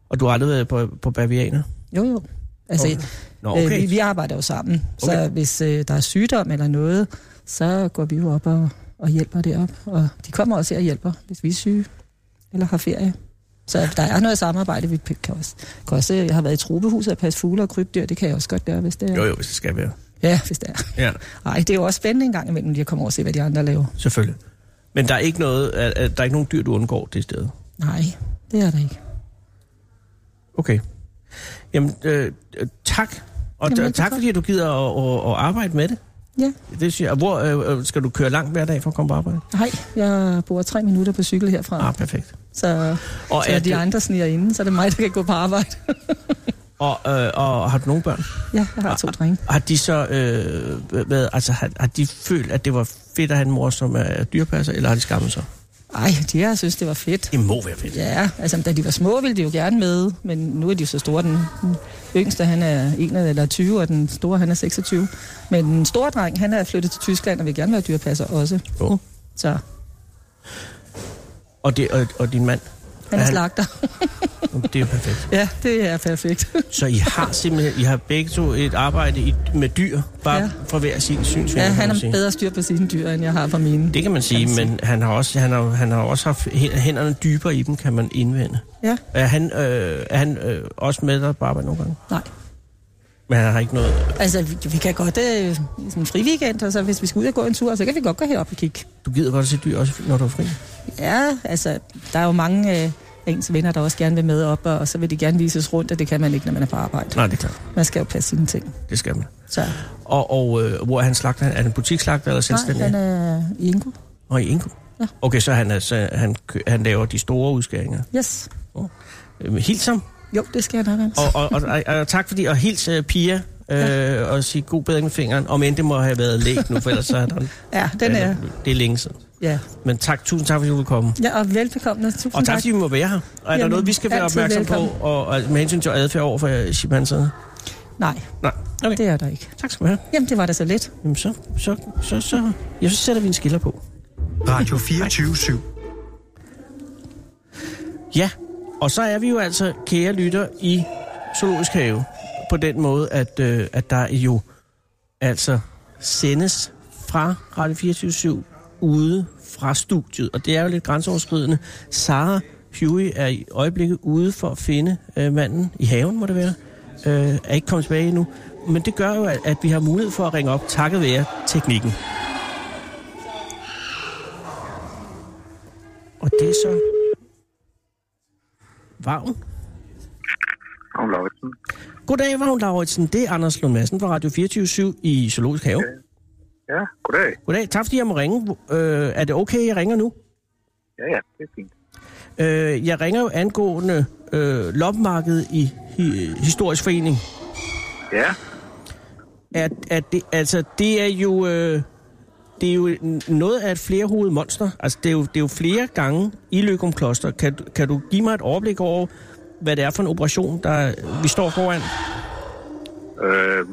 [SPEAKER 2] Og du har aldrig været på, på Bavianer?
[SPEAKER 3] Jo, jo. Altså,
[SPEAKER 2] Okay.
[SPEAKER 3] okay.
[SPEAKER 2] Nå,
[SPEAKER 3] okay.
[SPEAKER 2] okay.
[SPEAKER 3] øh, vi, vi arbejder jo sammen, okay.
[SPEAKER 2] Okay.
[SPEAKER 3] så hvis øh, der er sygdom eller noget, så går vi jo op og, og hjælper derop. Og de kommer også her og hjælper, hvis vi er syge eller har ferie. Så der er noget samarbejde, vi kan også. Kan også øh, jeg har været i tropehuset og passe fugle og krybdyr, det kan jeg også godt gøre, hvis det er.
[SPEAKER 2] Jo, jo, hvis det skal være.
[SPEAKER 3] Ja, hvis det er.
[SPEAKER 2] Ja,
[SPEAKER 3] Ej, det er jo også spændende en gang imellem lige at komme over og se, hvad de andre laver.
[SPEAKER 2] selvfølgelig. Men der er ikke noget, er, er, der er ikke nogen dyr, du undgår det sted?
[SPEAKER 3] Nej, det er der ikke.
[SPEAKER 2] Okay. Jamen, øh, øh, tak. Og Jamen,
[SPEAKER 3] Jamen, det er
[SPEAKER 2] tak,
[SPEAKER 3] godt.
[SPEAKER 2] fordi du gider at, at, at arbejde med det.
[SPEAKER 3] Ja.
[SPEAKER 2] Det synes jeg. Og Hvor øh, øh, skal du køre langt hver dag for at komme på arbejde?
[SPEAKER 3] Nej, jeg bor tre minutter på cykel herfra,
[SPEAKER 2] Ah, perfekt.
[SPEAKER 3] så,
[SPEAKER 2] Og,
[SPEAKER 3] så
[SPEAKER 2] er
[SPEAKER 3] er de
[SPEAKER 2] det,
[SPEAKER 3] andre sniger inde, så er det mig, der kan gå på arbejde.
[SPEAKER 2] og, øh, og har du nogle børn?
[SPEAKER 3] Ja, jeg har to drenge.
[SPEAKER 2] Har de så øh, været, altså, har, har de følt, at det var fedt at have en mor, som er dyrepasser, eller har de skammet sig?
[SPEAKER 3] Ej, de har synes, det var fedt.
[SPEAKER 2] Det må være fedt.
[SPEAKER 3] Ja, altså da de var små, ville de jo gerne med, men nu er de jo så store. Den den yngste, han er 21 eller 20, og den store, han er 26. Men den store dreng, han er flyttet til Tyskland og vil gerne være dyrepasser også.
[SPEAKER 2] Jo.
[SPEAKER 3] Så
[SPEAKER 2] Og, det, og, og din mand?
[SPEAKER 3] han
[SPEAKER 2] Er
[SPEAKER 3] er
[SPEAKER 2] han-
[SPEAKER 3] slagter.
[SPEAKER 2] Det er jo perfekt.
[SPEAKER 3] Ja, det er perfekt.
[SPEAKER 2] Så I har simpelthen, I har begge to et arbejde i, med dyr, bare ja.
[SPEAKER 3] Ja.
[SPEAKER 2] fra hver sin synsvinkel,
[SPEAKER 3] Ja,
[SPEAKER 2] kan
[SPEAKER 3] han
[SPEAKER 2] man
[SPEAKER 3] har
[SPEAKER 2] sige.
[SPEAKER 3] bedre styr på sine dyr, end jeg har på mine.
[SPEAKER 2] Det kan man sige,
[SPEAKER 3] Kan man sige.
[SPEAKER 2] men han har også, han har, han har også haft hæ- hænderne dybere i dem, kan man indvende.
[SPEAKER 3] Ja,
[SPEAKER 2] Er han, øh, er han øh, også med dig på arbejde nogle gange?
[SPEAKER 3] nej.
[SPEAKER 2] Men han har ikke noget...
[SPEAKER 3] Altså, vi, vi kan godt øh, i sådan en fri weekend, og så hvis vi skal ud og gå en tur, så kan vi godt gå herop og kigge.
[SPEAKER 2] Du gider godt at se dyr, også når du er fri.
[SPEAKER 3] Ja, altså, der er jo mange øh, af ens venner, der også gerne vil med op, og, og så vil de gerne vises rundt, og det kan man ikke, når man er på arbejde.
[SPEAKER 2] Nej, det er klart.
[SPEAKER 3] Man skal jo passe sine ting.
[SPEAKER 2] Det skal man.
[SPEAKER 3] Så,
[SPEAKER 2] Og, og øh, hvor er han slagter? Er han butikslagter eller
[SPEAKER 3] nej,
[SPEAKER 2] selvstændig?
[SPEAKER 3] han er i Ingo.
[SPEAKER 2] Og i Ingo?
[SPEAKER 3] Ja.
[SPEAKER 2] Okay, så han, er, så han, kø- han laver de store udskæringer.
[SPEAKER 3] Yes.
[SPEAKER 2] Øhm, Hils ham,
[SPEAKER 3] Jo, det skal jeg nok have.
[SPEAKER 2] og, og, og, og, og tak fordi, og hils øh, Pia, øh, og sige god bedring med fingeren, om end det må have været lægt nu, for ellers så er der...
[SPEAKER 3] Ja, den er...
[SPEAKER 2] Det er længe siden.
[SPEAKER 3] Ja,
[SPEAKER 2] Men tak, tusind tak fordi du ville komme.
[SPEAKER 3] ja og velbekomme. og Tusind
[SPEAKER 2] Og tak, fordi vi må være her. Og er der
[SPEAKER 3] Jamen,
[SPEAKER 2] noget, vi skal være
[SPEAKER 3] altid
[SPEAKER 2] opmærksom på,
[SPEAKER 3] velkommen.
[SPEAKER 2] og, og med hensyn til adfærd over for chimpanserne?
[SPEAKER 3] Nej,
[SPEAKER 2] Nej, okay.
[SPEAKER 3] det er der ikke.
[SPEAKER 2] Tak skal du have.
[SPEAKER 3] Jamen, det var da så let.
[SPEAKER 2] Jamen, så, så, så, så, ja, så sætter vi en skiller på.
[SPEAKER 4] Radio 24
[SPEAKER 2] Ja, og så er vi jo altså, kære lytter, i Zoologisk Have. På den måde, at, øh, at der jo altså sendes fra Radio 24 ude fra studiet. Og det er jo lidt grænseoverskridende. Sara Huey er i øjeblikket ude for at finde øh, manden i haven, må det være. Øh, er ikke kommet tilbage endnu. Men det gør jo, at, at vi har mulighed for at ringe op, takket være teknikken. Og det er så Vagn.
[SPEAKER 5] Om Lauritsen.
[SPEAKER 2] Goddag, Vagn Lauritsen. Det er Anders Lund Madsen fra Radio 24 i Zoologisk Have.
[SPEAKER 5] Ja, goddag.
[SPEAKER 2] Goddag, tak fordi jeg må ringe. Øh, er det okay, jeg ringer nu?
[SPEAKER 5] Ja, ja, det er fint.
[SPEAKER 2] Øh, jeg ringer jo angående øh, loppemarkedet i hi, Historisk Forening.
[SPEAKER 5] Ja,
[SPEAKER 2] At, at det, altså, det er jo... Øh, det er jo n- noget af et flerhovedet monster. Altså, det er jo, det er jo flere gange i Løgum Kloster. Kan, du- kan du give mig et overblik over, hvad det er for en operation, der vi står foran?
[SPEAKER 5] øh,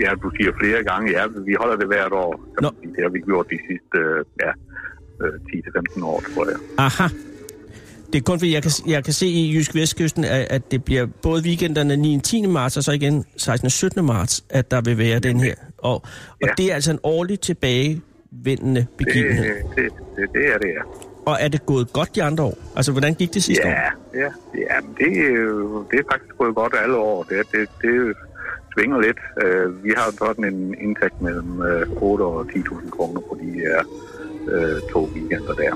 [SPEAKER 5] ja, du siger flere gange, ja, vi holder det hvert år. kan man
[SPEAKER 2] Nå.
[SPEAKER 5] sige. Det har vi gjort de sidste øh, ja, øh, 10-15 år, tror jeg.
[SPEAKER 2] Aha. Det er kun fordi, jeg kan, jeg kan se i Jysk Vestkysten, at, at det bliver både weekenderne 9. og 10. marts, og så igen 16. og 17. marts, at der vil være den her. Og, og ja.
[SPEAKER 5] Ja.
[SPEAKER 2] det er altså en årlig tilbagevendende
[SPEAKER 5] Det,
[SPEAKER 2] begivenhed.
[SPEAKER 5] Øh, det, det, det er det, ja.
[SPEAKER 2] Og er det gået godt de andre år? Altså, hvordan gik det sidste år?
[SPEAKER 5] Ja, ja, ja men det, øh, det er faktisk gået godt alle år. Det, det, det svinger lidt. Øh, vi har sådan en indtægt mellem øh, 8 og 10.000 kroner på de her øh, to weekender der.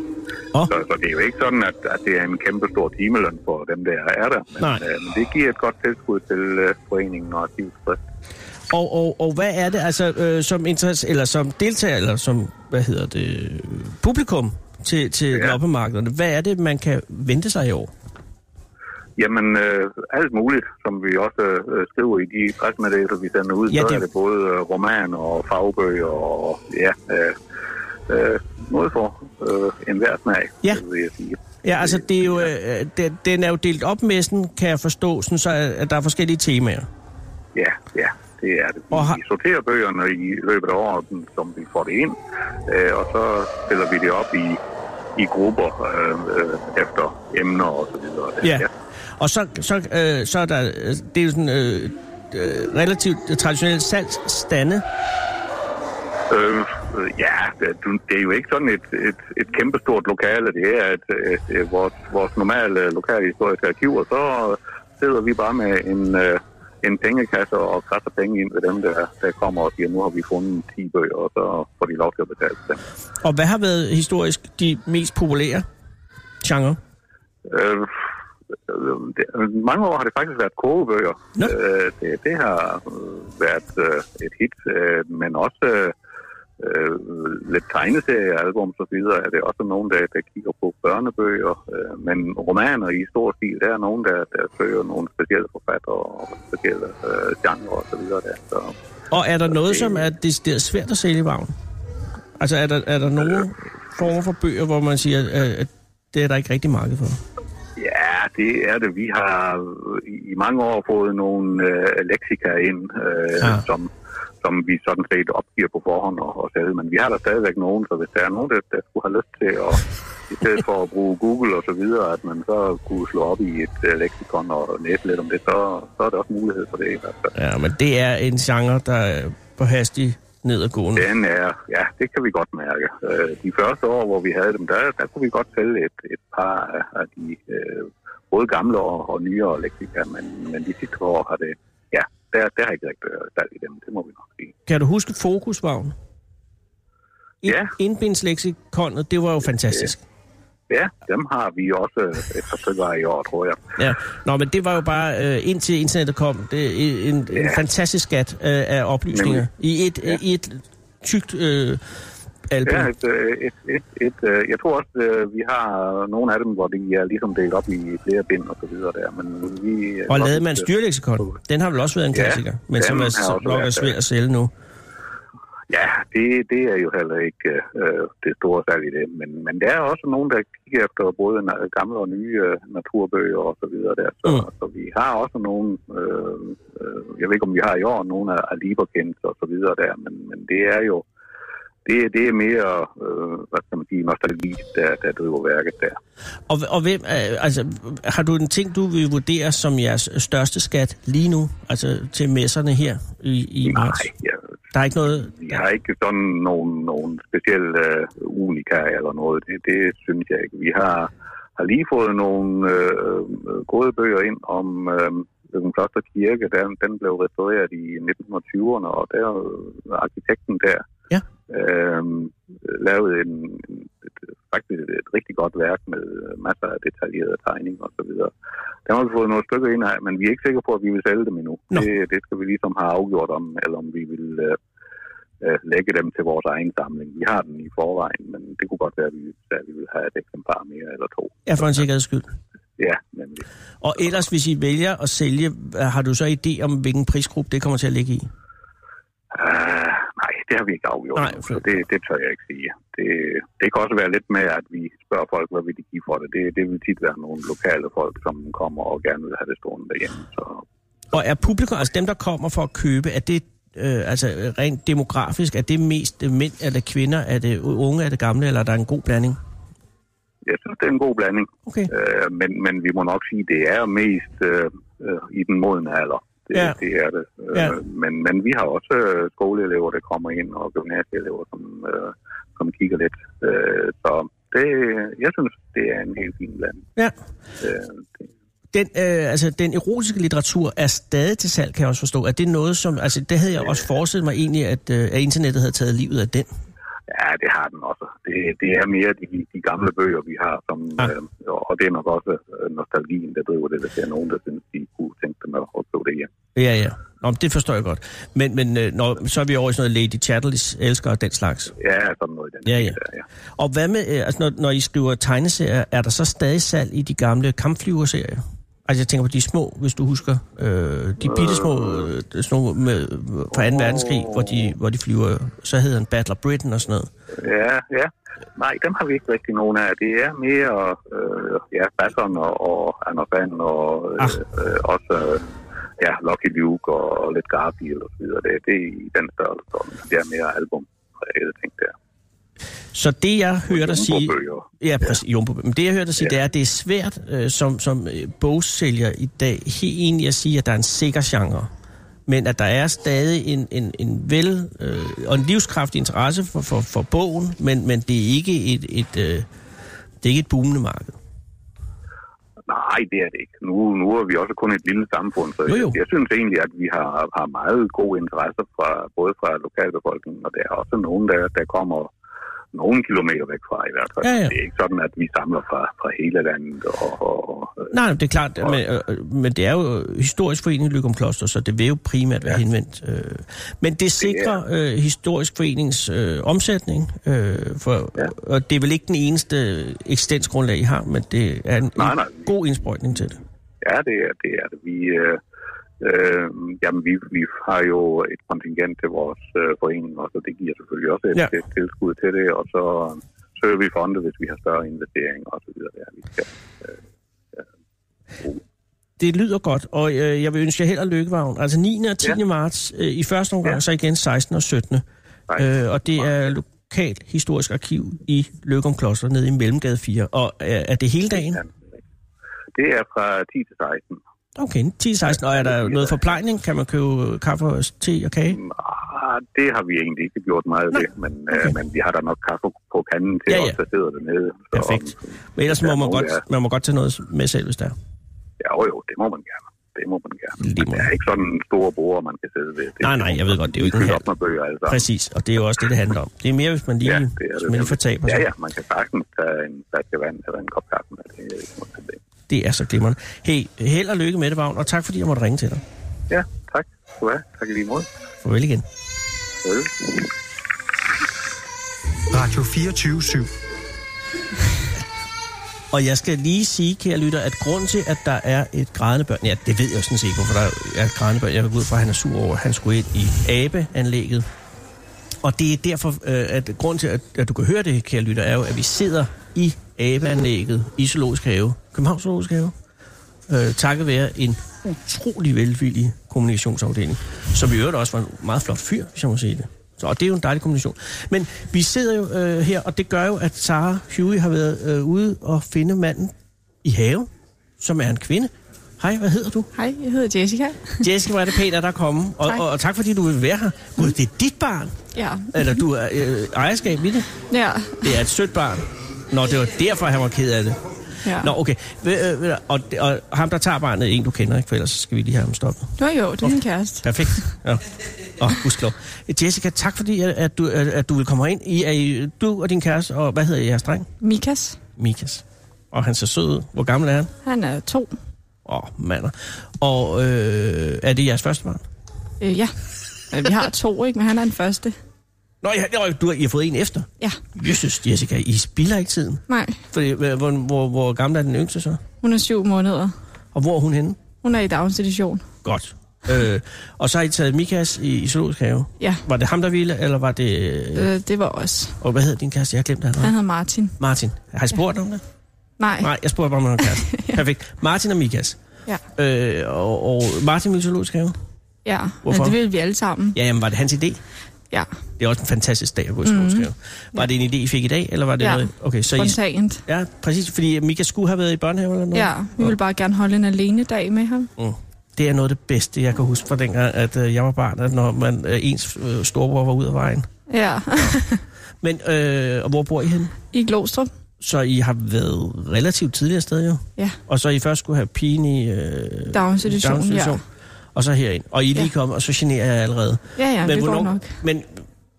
[SPEAKER 2] Åh.
[SPEAKER 5] Så, så det er jo ikke sådan, at, at det er en kæmpe stor timeløn for dem, der er der. Men,
[SPEAKER 2] Nej.
[SPEAKER 5] Øh, men det giver et godt tilskud til øh, foreningen og de er tilfredse.
[SPEAKER 2] Og, og, og hvad er det, altså, øh, som, interesse, eller som deltager, eller som, hvad hedder det, øh, publikum til, til ja.
[SPEAKER 5] Ja.
[SPEAKER 2] loppemarkederne? Hvad er det, man kan vente sig i år?
[SPEAKER 5] Jamen, øh, alt muligt, som vi også øh, skriver i de pressemeddelelser, vi sender ud,
[SPEAKER 2] Ja,
[SPEAKER 5] ja, så
[SPEAKER 2] det-
[SPEAKER 5] er det både øh, roman og fagbøger og ja, øh, øh, noget for øh, enhver smag,
[SPEAKER 2] Ja.
[SPEAKER 5] vil jeg sige.
[SPEAKER 2] Ja, altså det er jo, øh, den, den er jo delt op med sådan, kan jeg forstå, sådan, så øh, at at der er forskellige temaer.
[SPEAKER 5] Ja, ja, det er det. Vi
[SPEAKER 2] Og har-
[SPEAKER 5] sorterer bøgerne i løbet af året, som vi får det ind, øh, og så stiller vi det op i, i grupper øh, øh, efter emner og så videre.
[SPEAKER 2] Ja. Og så, så, øh, så er der, øh, det er jo sådan øh, øh, relativt traditionelt salgsstande.
[SPEAKER 5] Øh, øh, ja, det, du- det er jo ikke sådan et, et, et kæmpestort lokale. Det er et, et, et, vores, vores normale lokale historiske arkiv, og så sidder vi bare med en, øh, en pengekasse og krasser penge ind ved dem, der, der kommer og siger, nu har vi fundet 10 bøger, og så får de lov til at betale dem.
[SPEAKER 2] Og hvad har været historisk de mest populære genre?
[SPEAKER 5] Øh, øh, det, mange år har det faktisk været kogebøger.
[SPEAKER 2] Nå.
[SPEAKER 5] Øh, det, det har øh, været øh, et hit, øh, men også øh, øh, lidt tegneseriealbum og så videre er det også nogen, der, der kigger på børnebøger. Øh, men romaner i stor stil, der er nogen, der, der søger nogle specielle forfattere og specielle øh, genre og så videre. Der. Så,
[SPEAKER 2] Og er der noget, som er decideret svært at sælge i vagn? Altså er der, er der nogle former for bøger, hvor man siger, at, at det er der ikke rigtig marked for?
[SPEAKER 5] Ja, det er det. Vi har i i mange år fået nogle øh, leksika ind, øh,
[SPEAKER 2] Ja.
[SPEAKER 5] ja. som, som vi sådan set opgiver på forhånd og, og sælge. Men vi har der stadigvæk nogen, så hvis der er nogen, der, der skulle have lyst til at, i stedet for at bruge Google og så videre, at man så kunne slå op i et øh, leksikon og læse lidt om det, så, så er der også mulighed for det i hvert fald.
[SPEAKER 2] Ja, men det er en genre, der er på hastig nedadgående.
[SPEAKER 5] Den er, ja, det kan vi godt mærke. Øh, de første år, hvor vi havde dem, der, der kunne vi godt sælge et, et par af- af de øh, både gamle og, og nyere leksika, men, men de sidste par år har det, ja, der, der har ikke rigtig været salg i dem, det må vi nok sige.
[SPEAKER 2] Kan du huske Fokusvagn? I-
[SPEAKER 5] Ja.
[SPEAKER 2] Indbindslexikonet, det var jo fantastisk.
[SPEAKER 5] Ja, dem har vi også øh, et par stykker af i år, tror jeg.
[SPEAKER 2] Ja. Nå, men det var jo bare, øh, indtil internettet kom, det er en, en
[SPEAKER 5] Ja.
[SPEAKER 2] fantastisk skat øh, af oplysninger.
[SPEAKER 5] Nemlig.
[SPEAKER 2] I et, ja. i et tykt øh, album.
[SPEAKER 5] Ja, et, øh, et, et, et, øh, jeg tror også, øh, vi har nogle af dem, hvor de er ligesom delt op i flere bind og så videre der, men vi...
[SPEAKER 2] Og lavede man styrleksikon. Den har vel også været en
[SPEAKER 5] Ja,
[SPEAKER 2] klassiker, men som
[SPEAKER 5] den
[SPEAKER 2] er
[SPEAKER 5] har
[SPEAKER 2] så
[SPEAKER 5] også
[SPEAKER 2] nok er
[SPEAKER 5] været,
[SPEAKER 2] svær
[SPEAKER 5] ja.
[SPEAKER 2] at sælge nu.
[SPEAKER 5] Ja, det, det er jo heller ikke øh, det store salg i det, men, men der er også nogen, der kigger efter både na- gamle og nye øh, naturbøger og så videre der. Så,
[SPEAKER 2] Mm.
[SPEAKER 5] mm. så vi har også nogle, øh, øh, jeg ved ikke om vi har i år nogle af, af Lieberkens og så videre der, men, men det er jo, det, det er mere, øh, hvad skal man sige, nostalgi, der, der driver værket der.
[SPEAKER 2] Og, og hvem, er- altså, har du en ting, du vil vurdere som jeres største skat lige nu? Altså til messerne her i, i marts?
[SPEAKER 5] Nej, jeg,
[SPEAKER 2] Der er ikke noget...
[SPEAKER 5] vi har ikke sådan nogle, nogle specielle øh, unika eller noget. Det, det synes jeg ikke. Vi har, har lige fået nogle øh, øh, gode bøger ind om øh, den kloster kirke. Den, den blev restaureret i 1920'erne, og der øh, arkitekten der
[SPEAKER 2] Ja.
[SPEAKER 5] øh, lavede en, en, et, faktisk et rigtig godt værk med masser af detaljerede tegninger og så videre. Der har vi fået nogle stykker ind her, men vi er ikke sikre på, at vi vil sælge dem endnu.
[SPEAKER 2] Nå.
[SPEAKER 5] Det, det skal vi ligesom have afgjort om, eller om vi vil øh, øh, lægge dem til vores egen samling. Vi har den i forvejen, men det kunne godt være, at vi, at vi vil have et eksemplar mere eller to.
[SPEAKER 2] Ja, for en sikkerheds skyld.
[SPEAKER 5] Ja, nemlig.
[SPEAKER 2] Og ellers, hvis I vælger at sælge, øh, har du så idé om, hvilken prisgruppe det kommer til at ligge i?
[SPEAKER 5] Uh, nej, det har vi ikke afgjort.
[SPEAKER 2] Nej,
[SPEAKER 5] Nej,
[SPEAKER 2] for-
[SPEAKER 5] så det, det tør jeg ikke sige. Det, det kan også være lidt med, at vi spørger folk, hvad vil de give for det. det. Det vil tit være nogle lokale folk, som kommer og gerne vil have det stående derhjemme. Så
[SPEAKER 2] Og er publikum, altså dem, der kommer for at købe, er det øh, altså øh, rent demografisk, er det mest øh, mænd eller kvinder, er det unge, er det gamle, eller er der en god blanding?
[SPEAKER 5] jeg synes, det er en god blanding.
[SPEAKER 2] Okay.
[SPEAKER 5] Øh, men, men vi må nok sige, at det er mest øh, øh, i den modne alder. Det,
[SPEAKER 2] Ja.
[SPEAKER 5] ja. det er det. Øh,
[SPEAKER 2] Ja.
[SPEAKER 5] men, men vi har også øh, skoleelever, der kommer ind, og gymnasieelever, som, øh, som kigger lidt. Øh, så det, jeg synes, det er en helt fin blanding.
[SPEAKER 2] Ja.
[SPEAKER 5] Øh, det,
[SPEAKER 2] Den, øh, altså, den erotiske litteratur er stadig til salg, kan jeg også forstå. Er det noget, som... Altså, det havde jeg også forestillet mig egentlig, at, øh, at internettet havde taget livet af den.
[SPEAKER 5] Ja, det har den også. Det, det er mere de, de gamle bøger, vi har, som,
[SPEAKER 2] Ja.
[SPEAKER 5] ja. øh, og det er nok også øh, nostalgien, der driver det, hvis der er nogen, der synes, de kunne tænke dem at opleve det hjem.
[SPEAKER 2] Ja, ja. Nå, men det forstår jeg godt. Men, men øh, når, så er vi over i sådan noget Lady Chatterleys elsker og den slags.
[SPEAKER 5] Ja, sådan noget i den
[SPEAKER 2] Ja,
[SPEAKER 5] stil
[SPEAKER 2] ja.
[SPEAKER 5] Der, ja.
[SPEAKER 2] Og hvad med, øh, altså, når, når I skriver tegneserier, er der så stadig salg i de gamle kampflyverserier? Altså, jeg tænker på de små, hvis du husker. Øh, de bitte små øh, sådan nogle med, fra 2. verdenskrig, hvor de, hvor de flyver, så hedder den Battle of Britain og sådan noget.
[SPEAKER 5] Ja, ja. Nej, dem har vi ikke rigtig nogen af. Det er mere øh, ja, Basson og, og Anders Band og øh,
[SPEAKER 2] Ah.
[SPEAKER 5] øh, også øh, ja, Lucky Luke og, og lidt Garfield og så videre. Det, det er i den størrelse, det er mere album ting der.
[SPEAKER 2] Så det, jeg hører dig sige...
[SPEAKER 5] Jumbo-bøger.
[SPEAKER 2] Ja, præcis, ja. Men det, jeg hører dig sige, ja. det er, at det er svært øh, som, som øh, bogsælger i dag helt egentlig at sige, at der er en sikker genre. Men at der er stadig en, en, en vel øh, og en livskraftig interesse for, for, for bogen, men, men det er ikke et, et, øh, det er ikke et boomende marked.
[SPEAKER 5] Nej, det er det ikke. Nu, nu er vi også kun et lille samfund, så
[SPEAKER 2] Jo, jo.
[SPEAKER 5] jeg synes egentlig, at vi har, har meget gode interesser fra, både fra lokalbefolkningen, og der er også nogen, der, der kommer nogle kilometer væk fra i hvert fald.
[SPEAKER 2] Ja, ja.
[SPEAKER 5] Det er ikke sådan, at vi samler fra, fra hele landet. Og, og, og,
[SPEAKER 2] Nej, det er klart, men, øh, men det er jo Historisk Forening Lykum Kloster, så det vil jo primært være ja. henvendt. Øh. Men det sikrer øh, Historisk Forenings øh, omsætning, øh, for, ja. og det er vel ikke den eneste eksistensgrundlag, I har, men det er en,
[SPEAKER 5] Nej,
[SPEAKER 2] en
[SPEAKER 5] nej.
[SPEAKER 2] god indsprøjtning til det.
[SPEAKER 5] Ja, det er det. Er det. Vi, øh, øh, jamen, vi, vi har jo et kontingent til vores øh, forening, og så det giver selvfølgelig også et,
[SPEAKER 2] Ja.
[SPEAKER 5] ja. et tilskud til det, og så øh, søger vi fonde, hvis vi har større investeringer og så videre. Ja, vi skal, øh, øh, bruge.
[SPEAKER 2] Det lyder godt, og øh, jeg vil ønske jer held og lykke, Vagn. Altså 9. og 10. Ja.
[SPEAKER 5] Ja.
[SPEAKER 2] marts øh, i første omgang, ja.
[SPEAKER 5] Ja.
[SPEAKER 2] så igen 16. og 17.
[SPEAKER 5] Nej.
[SPEAKER 2] Øh, og det er lokalt historisk arkiv i Løgum Kloster nede i Mellemgade 4. Og øh, er det hele dagen?
[SPEAKER 5] Det er fra 10 til 16.
[SPEAKER 2] Okay, 10-16. Og er der noget forplejning? Kan man købe kaffe, og te og kage?
[SPEAKER 5] Ah, det har vi egentlig ikke gjort meget ved, men, okay. øh, men vi har da nok kaffe på kanden til
[SPEAKER 2] Ja,
[SPEAKER 5] ja,
[SPEAKER 2] ja.
[SPEAKER 5] ja. os, der sidder dernede. Så,
[SPEAKER 2] Perfekt. Men ellers må
[SPEAKER 5] Ja,
[SPEAKER 2] man
[SPEAKER 5] jo, ja.
[SPEAKER 2] godt, man må godt tage noget med selv, hvis der er.
[SPEAKER 5] Ja, jo, jo, det må man gerne. Det må man gerne.
[SPEAKER 2] Lige
[SPEAKER 5] Men
[SPEAKER 2] måde.
[SPEAKER 5] det er ikke sådan en stor bord, man kan sidde ved. Det,
[SPEAKER 2] Nej, nej, jeg ved godt, det er jo ikke en
[SPEAKER 5] en
[SPEAKER 2] hal.
[SPEAKER 5] op med bøger, altså.
[SPEAKER 2] Præcis, og det er jo også det, det handler om. Det er mere, hvis man lige, ja, det er det, man lige fortaber sig.
[SPEAKER 5] Ja, ja, man kan sagtens tage en flaske vand eller en kop kaffe. med. Det er ikke noget problem.
[SPEAKER 2] Det er så glimrende. Hey, held og lykke med det, Vagn, og tak fordi jeg måtte ringe til dig.
[SPEAKER 5] Ja, tak. Du er. Tak i lige måde.
[SPEAKER 2] Farvel igen.
[SPEAKER 5] Selvfølgelig.
[SPEAKER 4] Radio 24
[SPEAKER 2] Og jeg skal lige sige, kære lytter, at grund til, at der er et grædende børn... Ja, det ved jeg jo sådan set, ikke, hvorfor der er et grædende børn. Jeg går ud fra, at han er sur over, at han skulle ind i abeanlægget. Og det er derfor, øh, at grund til, at, at du kan høre det, kære lytter, er jo, at vi sidder i abeanlægget i Zoologisk Have, Københavns Zoologisk Have, øh, takket være en utrolig velvillig kommunikationsafdeling, som i øvrigt også var en meget flot fyr, hvis jeg må sige det. Så, og det er jo en dejlig kommunikation. Men vi sidder jo øh, her, og det gør jo, at Sara Huey har været øh, ude og finde manden i haven, som er en kvinde. Hej, hvad hedder du?
[SPEAKER 6] Hej, jeg hedder Jessica.
[SPEAKER 2] Jessica, hvor er det pænt, at der er kommet. Og,
[SPEAKER 6] Tak.
[SPEAKER 2] og, og tak, fordi du vil være her. Gud, det er dit barn.
[SPEAKER 6] Ja,
[SPEAKER 2] Eller du er øh, ejerskab i det.
[SPEAKER 6] ja,
[SPEAKER 2] Det er et sødt barn. Nå, det var derfor, han var ked af det.
[SPEAKER 6] ja.
[SPEAKER 2] Nå, okay. Ved- øh, ved- Og, og ham, der tager barnet, er en, du kender, ikke? For ellers så skal vi lige have ham stoppet.
[SPEAKER 6] Nå jo, det er min kæreste.
[SPEAKER 2] Perfekt. Ja. Og husk Jessica, tak fordi, at- at du, at at du vil komme ind. I er I, du og din kæreste, og hvad hedder jeres dreng?
[SPEAKER 6] Mikas,
[SPEAKER 2] Mikas. Og han ser sød ud. Hvor gammel er han?
[SPEAKER 6] han er to.
[SPEAKER 2] Åh, oh, mander. Og øh, er det jeres første barn?
[SPEAKER 6] Øh, ja, Øh, vi har to, ikke? Men han er den første.
[SPEAKER 2] Nå, jeg, jeg, du, har- I har fået en efter.
[SPEAKER 6] Ja,
[SPEAKER 2] Jesus, Jessica, I spilder ikke tiden.
[SPEAKER 6] nej,
[SPEAKER 2] Fordi, hvor, hvor, hvor, hvor gammel er den yngste så?
[SPEAKER 6] hun er syv måneder.
[SPEAKER 2] Og hvor er hun henne?
[SPEAKER 6] Hun er i daginstitution.
[SPEAKER 2] Godt. Øh, og så har I taget Mikas i, i zoologisk have.
[SPEAKER 6] Ja,
[SPEAKER 2] Var det ham, der ville, eller var det... Øh,
[SPEAKER 6] øh, det var os.
[SPEAKER 2] og hvad hedder din kæreste? Jeg har glemt, hvad han
[SPEAKER 6] Han
[SPEAKER 2] var.
[SPEAKER 6] hedder Martin.
[SPEAKER 2] Martin. Har I spurgt om det?
[SPEAKER 6] Nej,
[SPEAKER 2] Nej, jeg spurgte bare, om han var kæreste. Perfekt. Martin og Mikas.
[SPEAKER 6] Ja.
[SPEAKER 2] Øh, og, og Martin ville zoologisk have.
[SPEAKER 6] ja, men
[SPEAKER 2] Hvorfor?
[SPEAKER 6] det vil vi alle sammen.
[SPEAKER 2] Ja, jamen, var det hans idé?
[SPEAKER 6] Ja,
[SPEAKER 2] Det er også en fantastisk dag at gå i zoologisk have. Var det en idé, I fik i dag, eller var det
[SPEAKER 6] Mhm. Ja.
[SPEAKER 2] noget... Okay, så I...
[SPEAKER 6] spontant.
[SPEAKER 2] Ja, præcis, fordi Mikas skulle have været i børnehave eller noget.
[SPEAKER 6] Ja, vi vil bare gerne holde en alene dag med ham.
[SPEAKER 2] Mm. Det er noget af det bedste, jeg kan huske fra dengang, at øh, jeg var barn, at når man, øh, ens øh, storebror var ud af vejen.
[SPEAKER 6] Ja,
[SPEAKER 2] Men, øh, og hvor bor I henne?
[SPEAKER 6] i Glostrup.
[SPEAKER 2] Så I har været relativt tidligere sted jo?
[SPEAKER 6] Ja.
[SPEAKER 2] Og så I først skulle have pigen Øh, i øh,
[SPEAKER 6] Daginstitution,
[SPEAKER 2] daginstitution, Og så herind. Og I er lige
[SPEAKER 6] Ja.
[SPEAKER 2] kommet, og så generer jeg allerede.
[SPEAKER 6] Ja, ja, det
[SPEAKER 2] hvornår,
[SPEAKER 6] går nok.
[SPEAKER 2] Men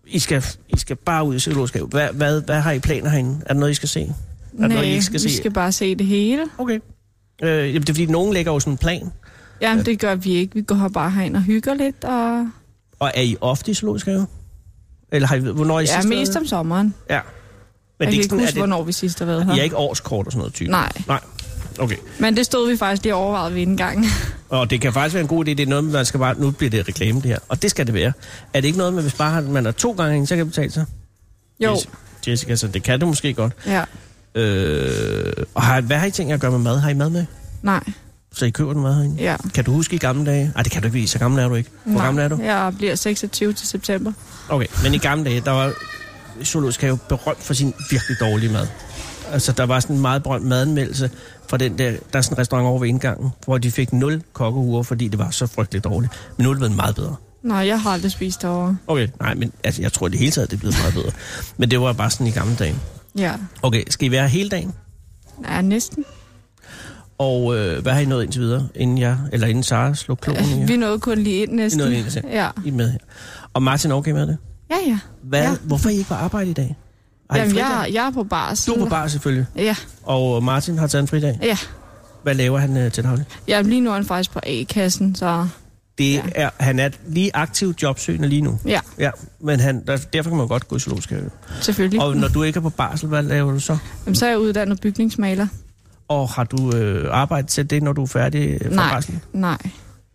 [SPEAKER 2] I skal, I skal bare ud i psykologisk have. hvad, hvad, hvad har I planer herinde? Er der noget, I skal se? Er der noget, I ikke skal
[SPEAKER 6] vi
[SPEAKER 2] se?
[SPEAKER 6] skal bare se det hele.
[SPEAKER 2] Okay. Øh, jamen, det er fordi, nogen lægger jo sådan en plan.
[SPEAKER 6] Jamen, det gør vi ikke. Vi går bare herind og hygger lidt, og
[SPEAKER 2] Og er I ofte i zoologisk have? Eller har I, hvornår er I
[SPEAKER 6] ja,
[SPEAKER 2] sidst
[SPEAKER 6] mest
[SPEAKER 2] været?
[SPEAKER 6] om sommeren.
[SPEAKER 2] Ja. Men det er
[SPEAKER 6] jeg kan
[SPEAKER 2] ikke
[SPEAKER 6] ikke
[SPEAKER 2] sådan,
[SPEAKER 6] huske,
[SPEAKER 2] at det,
[SPEAKER 6] hvornår vi sidst har været her.
[SPEAKER 2] I er ikke årskort og sådan noget type?
[SPEAKER 6] Nej.
[SPEAKER 2] Nej. Okay.
[SPEAKER 6] Men det stod vi faktisk lige overvejet ved en gang.
[SPEAKER 2] Og det kan faktisk være en god idé, det er noget, man skal bare, nu bliver det reklame det her, og det skal det være. Er det ikke noget med, hvis bare man er to gange inde, så kan det betale sig?
[SPEAKER 6] Jo,
[SPEAKER 2] Jess- Jessica, så det kan du måske godt.
[SPEAKER 6] ja.
[SPEAKER 2] Øh, og har, hvad har I tænkt jer at gøre med mad? Har I mad med?
[SPEAKER 6] Nej,
[SPEAKER 2] Så I køber den mad herinde?
[SPEAKER 6] ja.
[SPEAKER 2] Kan du huske i gamle dage? Nej, det kan du ikke, fordi så gammel er du ikke. Hvor
[SPEAKER 6] Nej.
[SPEAKER 2] gammel er du?
[SPEAKER 6] Jeg bliver 26 til september.
[SPEAKER 2] Okay, men i gamle dage, der var zoologisk have berømt for sin virkelig dårlige mad. Altså, der var sådan en meget berømt madanmeldelse fra den der, der er sådan en restaurant over ved indgangen, hvor de fik 0 kokkeure, fordi det var så frygteligt dårligt. Men nu er det blevet meget bedre.
[SPEAKER 6] Nej, jeg har aldrig spist derovre.
[SPEAKER 2] Okay, nej, men altså, jeg tror i det hele taget, det er blevet meget bedre. Men det var bare sådan i gamle dage.
[SPEAKER 6] Ja,
[SPEAKER 2] Okay, skal I være her hele dagen?
[SPEAKER 6] nej, næsten.
[SPEAKER 2] Og øh, hvad har I nået indtil videre, inden jeg, eller inden Sara slog klonen i jer?
[SPEAKER 6] Vi nåede kun lige ind næsten.
[SPEAKER 2] nåede lige ind, ja.
[SPEAKER 6] ja.
[SPEAKER 2] I er med her. Og Martin er okay med det?
[SPEAKER 6] Ja, ja.
[SPEAKER 2] Hvad, ja.
[SPEAKER 6] Ja.
[SPEAKER 2] Hvorfor er I ikke på arbejde i dag? Har I
[SPEAKER 6] Jamen,
[SPEAKER 2] fridag?
[SPEAKER 6] jeg, jeg er på barsel.
[SPEAKER 2] Du er på bar selvfølgelig,
[SPEAKER 6] Ja,
[SPEAKER 2] og øh, Martin har taget en fridag.
[SPEAKER 6] ja.
[SPEAKER 2] Hvad laver han øh, til daglig?
[SPEAKER 6] Ja, lige nu er han faktisk på A-kassen, så
[SPEAKER 2] Det ja.
[SPEAKER 6] Ja.
[SPEAKER 2] er, han er lige aktiv jobsøgende lige nu.
[SPEAKER 6] ja,
[SPEAKER 2] Ja, men han, der, derfor kan man godt gå i zoologisk have.
[SPEAKER 6] selvfølgelig.
[SPEAKER 2] Og når du ikke er på barsel, hvad laver du så?
[SPEAKER 6] Jamen, så er jeg uddannet bygningsmaler.
[SPEAKER 2] Og har du øh, arbejdet til det, når du er færdig øh, fra
[SPEAKER 6] Nej.
[SPEAKER 2] barsel?
[SPEAKER 6] Nej.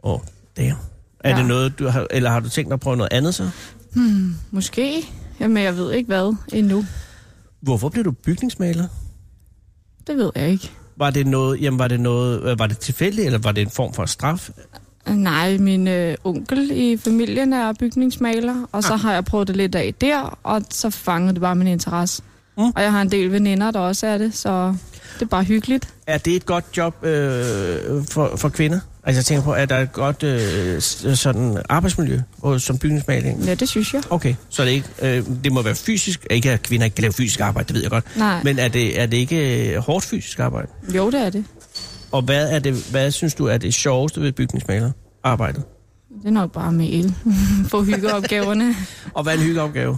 [SPEAKER 2] Åh, oh, damn. Er ja.
[SPEAKER 6] Ja.
[SPEAKER 2] det noget, du har, eller har du tænkt dig at prøve noget andet så?
[SPEAKER 6] Måske. Jamen, jeg ved ikke hvad endnu.
[SPEAKER 2] Hvorfor blev du bygningsmaler?
[SPEAKER 6] Det ved jeg ikke.
[SPEAKER 2] Var det noget, jamen var det noget, øh, var det tilfældigt, eller var det en form for straf?
[SPEAKER 6] Nej, min øh, onkel i familien er bygningsmaler, og så har jeg prøvet det lidt af der, og så fangede det bare min interesse.
[SPEAKER 2] Mm.
[SPEAKER 6] Mm. Og jeg har en del veninder, der også er det, så det er bare hyggeligt.
[SPEAKER 2] Er det et godt job øh, for, for kvinder? Altså jeg tænker på, er der et godt øh, s- sådan arbejdsmiljø og, som bygningsmaling?
[SPEAKER 6] Ja, det synes jeg.
[SPEAKER 2] Okay, så er det ikke, øh, det må være fysisk, ikke at kvinder ikke kan lave fysisk arbejde, det ved jeg godt.
[SPEAKER 6] Nej, Men...
[SPEAKER 2] Men er det, er det ikke øh, hårdt fysisk arbejde?
[SPEAKER 6] jo det er det.
[SPEAKER 2] Og hvad, er det, hvad synes du er det sjoveste ved bygningsmaler arbejdet?
[SPEAKER 6] Det er nok bare med el. Få hyggeopgaverne.
[SPEAKER 2] Og hvad er en hyggeopgave?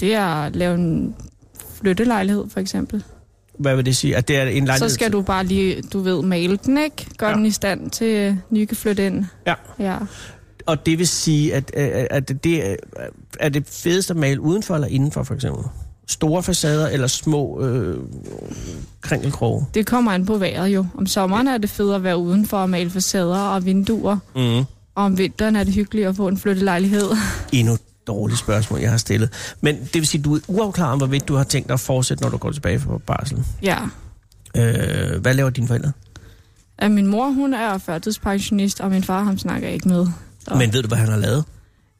[SPEAKER 6] Det er at lave en flyttelejlighed, for eksempel.
[SPEAKER 2] Hvad vil det sige? At det er en lejlighed?
[SPEAKER 6] Så skal du bare lige, du ved, male den, ikke? Gør
[SPEAKER 2] Ja.
[SPEAKER 6] ja. den i stand til, øh, nye kan flytte ind.
[SPEAKER 2] Ja.
[SPEAKER 6] Ja.
[SPEAKER 2] Og det vil sige, at, øh, at det er, er det fedest at male udenfor eller indenfor, for eksempel? Store facader eller små øh, kringelkroge?
[SPEAKER 6] Det kommer an på vejret jo. Om sommeren er det fedt at være udenfor og male facader og vinduer.
[SPEAKER 2] Mm.
[SPEAKER 6] Og om vinteren er det hyggeligt at få en flyttelejlighed.
[SPEAKER 2] Endnu et dårligt spørgsmål, jeg har stillet. Men det vil sige, at du er uafklaret om, hvorvidt du har tænkt dig at fortsætte, når du går tilbage fra barsel.
[SPEAKER 6] ja.
[SPEAKER 2] Øh, hvad laver dine forældre?
[SPEAKER 6] At min mor, hun er førtidspensionist, og min far, ham snakker jeg ikke med. Så,
[SPEAKER 2] Men ved du, hvad han har lavet?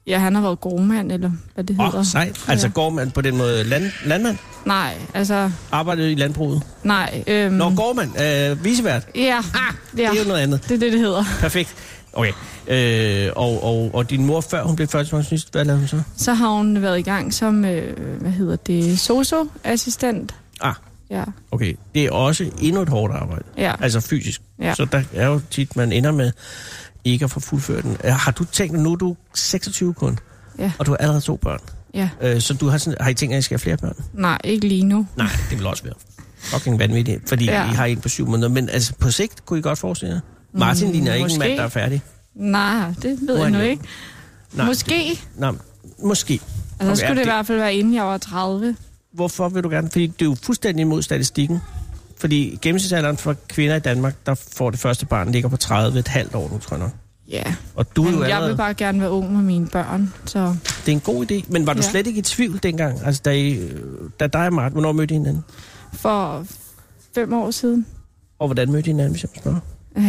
[SPEAKER 6] Ja, han har været gromand, eller hvad det
[SPEAKER 2] Åh,
[SPEAKER 6] hedder.
[SPEAKER 2] oh, sejt. Altså
[SPEAKER 6] Ja.
[SPEAKER 2] går man på den måde land, landmand?
[SPEAKER 6] Nej, altså,
[SPEAKER 2] Arbejder i landbruget?
[SPEAKER 6] nej. Øhm,
[SPEAKER 2] Nå, går man? Øh, visevært?
[SPEAKER 6] Ja, ah, ja.
[SPEAKER 2] Det er jo noget andet.
[SPEAKER 6] det er det, det hedder.
[SPEAKER 2] Perfekt. Okay. Øh, og, og, og din mor, før hun blev førtidspensionist, hvad lavede hun så?
[SPEAKER 6] Så har hun været i gang som, øh, hvad hedder det, socio-assistent.
[SPEAKER 2] Ah,
[SPEAKER 6] Ja,
[SPEAKER 2] okay. Det er også endnu et hårdt arbejde.
[SPEAKER 6] ja.
[SPEAKER 2] Altså fysisk.
[SPEAKER 6] Ja.
[SPEAKER 2] Så der er jo tit, man ender med ikke at få fuldført den. Øh, Har du tænkt, nu er du 26 kun,
[SPEAKER 6] Ja.
[SPEAKER 2] og du har allerede to børn.
[SPEAKER 6] ja.
[SPEAKER 2] Øh, så du har, sådan, har I tænkt, at I skal have flere børn?
[SPEAKER 6] Nej, ikke lige nu.
[SPEAKER 2] Nej, det vil også være fucking vanvittigt, fordi ja.
[SPEAKER 6] Ja.
[SPEAKER 2] I har en på syv måneder. Men altså, på sigt kunne I godt forestille jer. Martin mm, ligner ikke en
[SPEAKER 6] måske.
[SPEAKER 2] mand, der er færdig.
[SPEAKER 6] Nej, det ved
[SPEAKER 2] er
[SPEAKER 6] jeg
[SPEAKER 2] han
[SPEAKER 6] nu
[SPEAKER 2] jo.
[SPEAKER 6] ikke.
[SPEAKER 2] Nej,
[SPEAKER 6] Måske.
[SPEAKER 2] Det, nej, måske.
[SPEAKER 6] Altså,
[SPEAKER 2] Okay,
[SPEAKER 6] okay, skulle det
[SPEAKER 2] det-
[SPEAKER 6] i hvert fald være inden jeg var 30.
[SPEAKER 2] Hvorfor vil du gerne? Fordi det er jo fuldstændig imod statistikken. Fordi gennemsnitsalderen for kvinder i Danmark, der får det første barn, ligger på 30 et halvt år nu, tror jeg nok.
[SPEAKER 6] Ja,
[SPEAKER 2] Og du er jo
[SPEAKER 6] men jeg
[SPEAKER 2] allerede...
[SPEAKER 6] vil bare gerne være ung med mine børn, så
[SPEAKER 2] Det er en god idé. Men var du ja.
[SPEAKER 6] Ja.
[SPEAKER 2] slet ikke i tvivl dengang? Altså, da, I, øh, da dig og Martin, hvornår mødte I hinanden?
[SPEAKER 6] for fem år siden
[SPEAKER 2] Og hvordan mødte I hinanden, hvis jeg må spørge?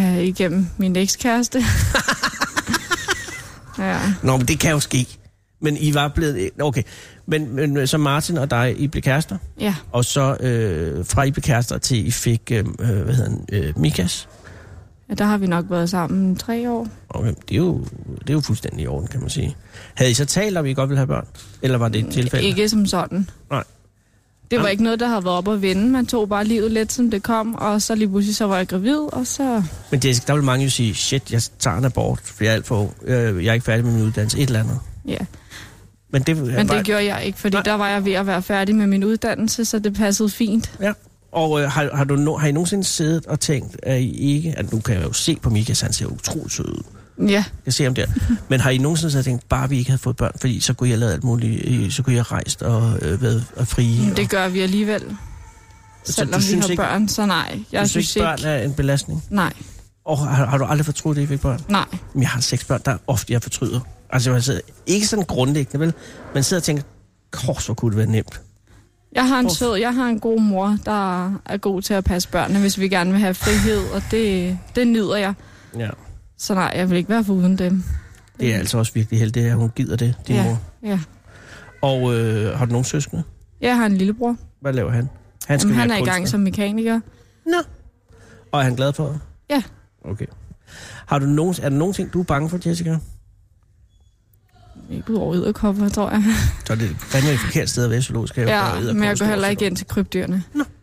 [SPEAKER 6] øh, igennem min ekskæreste. ja,
[SPEAKER 2] Nå, men det kan jo ske. Men I var blevet... Okay. Men, men øh, så Martin og dig, I blev kærester.
[SPEAKER 6] ja,
[SPEAKER 2] Og så øh, fra I blev kærester til I fik, øh, øh, hvad hedder han, øh, Mikas.
[SPEAKER 6] ja, der har vi nok været sammen tre år.
[SPEAKER 2] Okay, det er, jo, det er jo fuldstændig i orden, kan man sige. Havde I så talt om, at I godt ville have børn? Eller var det et tilfælde?
[SPEAKER 6] Mm, Ikke som sådan.
[SPEAKER 2] Nej.
[SPEAKER 6] Det var
[SPEAKER 2] Jamen.
[SPEAKER 6] ikke noget, der havde været op at vende. Man tog bare livet lidt, som det kom, og så lige pludselig så var jeg gravid, og så...
[SPEAKER 2] Men Jessica, der vil mange jo sige, shit, jeg tager en abort, for jeg er alt for ung. Øh, jeg er ikke færdig med min uddannelse. Et eller andet.
[SPEAKER 6] Ja,
[SPEAKER 2] Men det,
[SPEAKER 6] men det gjorde jeg ikke, fordi
[SPEAKER 2] Nej.
[SPEAKER 6] der var jeg ved at være færdig med min uddannelse, så det passede fint.
[SPEAKER 2] Ja. Og øh, har, har, du no, har I nogensinde siddet og tænkt, at I ikke... At nu kan jeg jo se på Mikas, han ser utrolig sød ud.
[SPEAKER 6] Ja,
[SPEAKER 2] Jeg ser ham der. Men har I nogensinde siddet og tænkt, bare vi ikke havde fået børn, fordi så kunne jeg lavet alt muligt, øh, så kunne jeg rejst og øh, været og frie.
[SPEAKER 6] det gør vi alligevel.
[SPEAKER 2] Så
[SPEAKER 6] Selvom
[SPEAKER 2] du
[SPEAKER 6] vi
[SPEAKER 2] Altså, synes
[SPEAKER 6] har
[SPEAKER 2] ikke-
[SPEAKER 6] børn, så nej. Jeg
[SPEAKER 2] du
[SPEAKER 6] synes,
[SPEAKER 2] synes ikke, børn er en belastning?
[SPEAKER 6] Nej,
[SPEAKER 2] Og har, har du aldrig fortrudt, at I fik børn?
[SPEAKER 6] nej.
[SPEAKER 2] Men jeg har seks børn, der er ofte jeg fortryder. Altså, jeg sidder, ikke sådan grundlæggende, vel? Men sidder og tænker, kors, hvor kunne det være nemt.
[SPEAKER 6] Jeg har en
[SPEAKER 2] Hvorfor?
[SPEAKER 6] sød, jeg har en god mor, der er god til at passe børnene, hvis vi gerne vil have frihed, og det, det nyder jeg.
[SPEAKER 2] Ja.
[SPEAKER 6] Så nej, jeg vil ikke være foruden dem. Mm.
[SPEAKER 2] Det er altså også virkelig heldigt, at hun gider det, din ja. mor.
[SPEAKER 6] Ja,
[SPEAKER 2] Og øh, har du nogen søskende?
[SPEAKER 6] Jeg har en lillebror.
[SPEAKER 2] Hvad laver han? Han
[SPEAKER 6] Jamen, han er i
[SPEAKER 2] kunstner.
[SPEAKER 6] gang som mekaniker.
[SPEAKER 2] Nå. Og er han glad for det?
[SPEAKER 6] Ja.
[SPEAKER 2] Okay. Har du nogen, er der nogen ting, du er bange for, Jessica?
[SPEAKER 6] Ikke udover edderkopper, tror jeg.
[SPEAKER 2] Så er det fandme et forkert sted at være i zoologisk have. der er
[SPEAKER 6] Ja,
[SPEAKER 2] edderkopper
[SPEAKER 6] men jeg går
[SPEAKER 2] stort
[SPEAKER 6] heller
[SPEAKER 2] set
[SPEAKER 6] ikke ind til krybdyrene.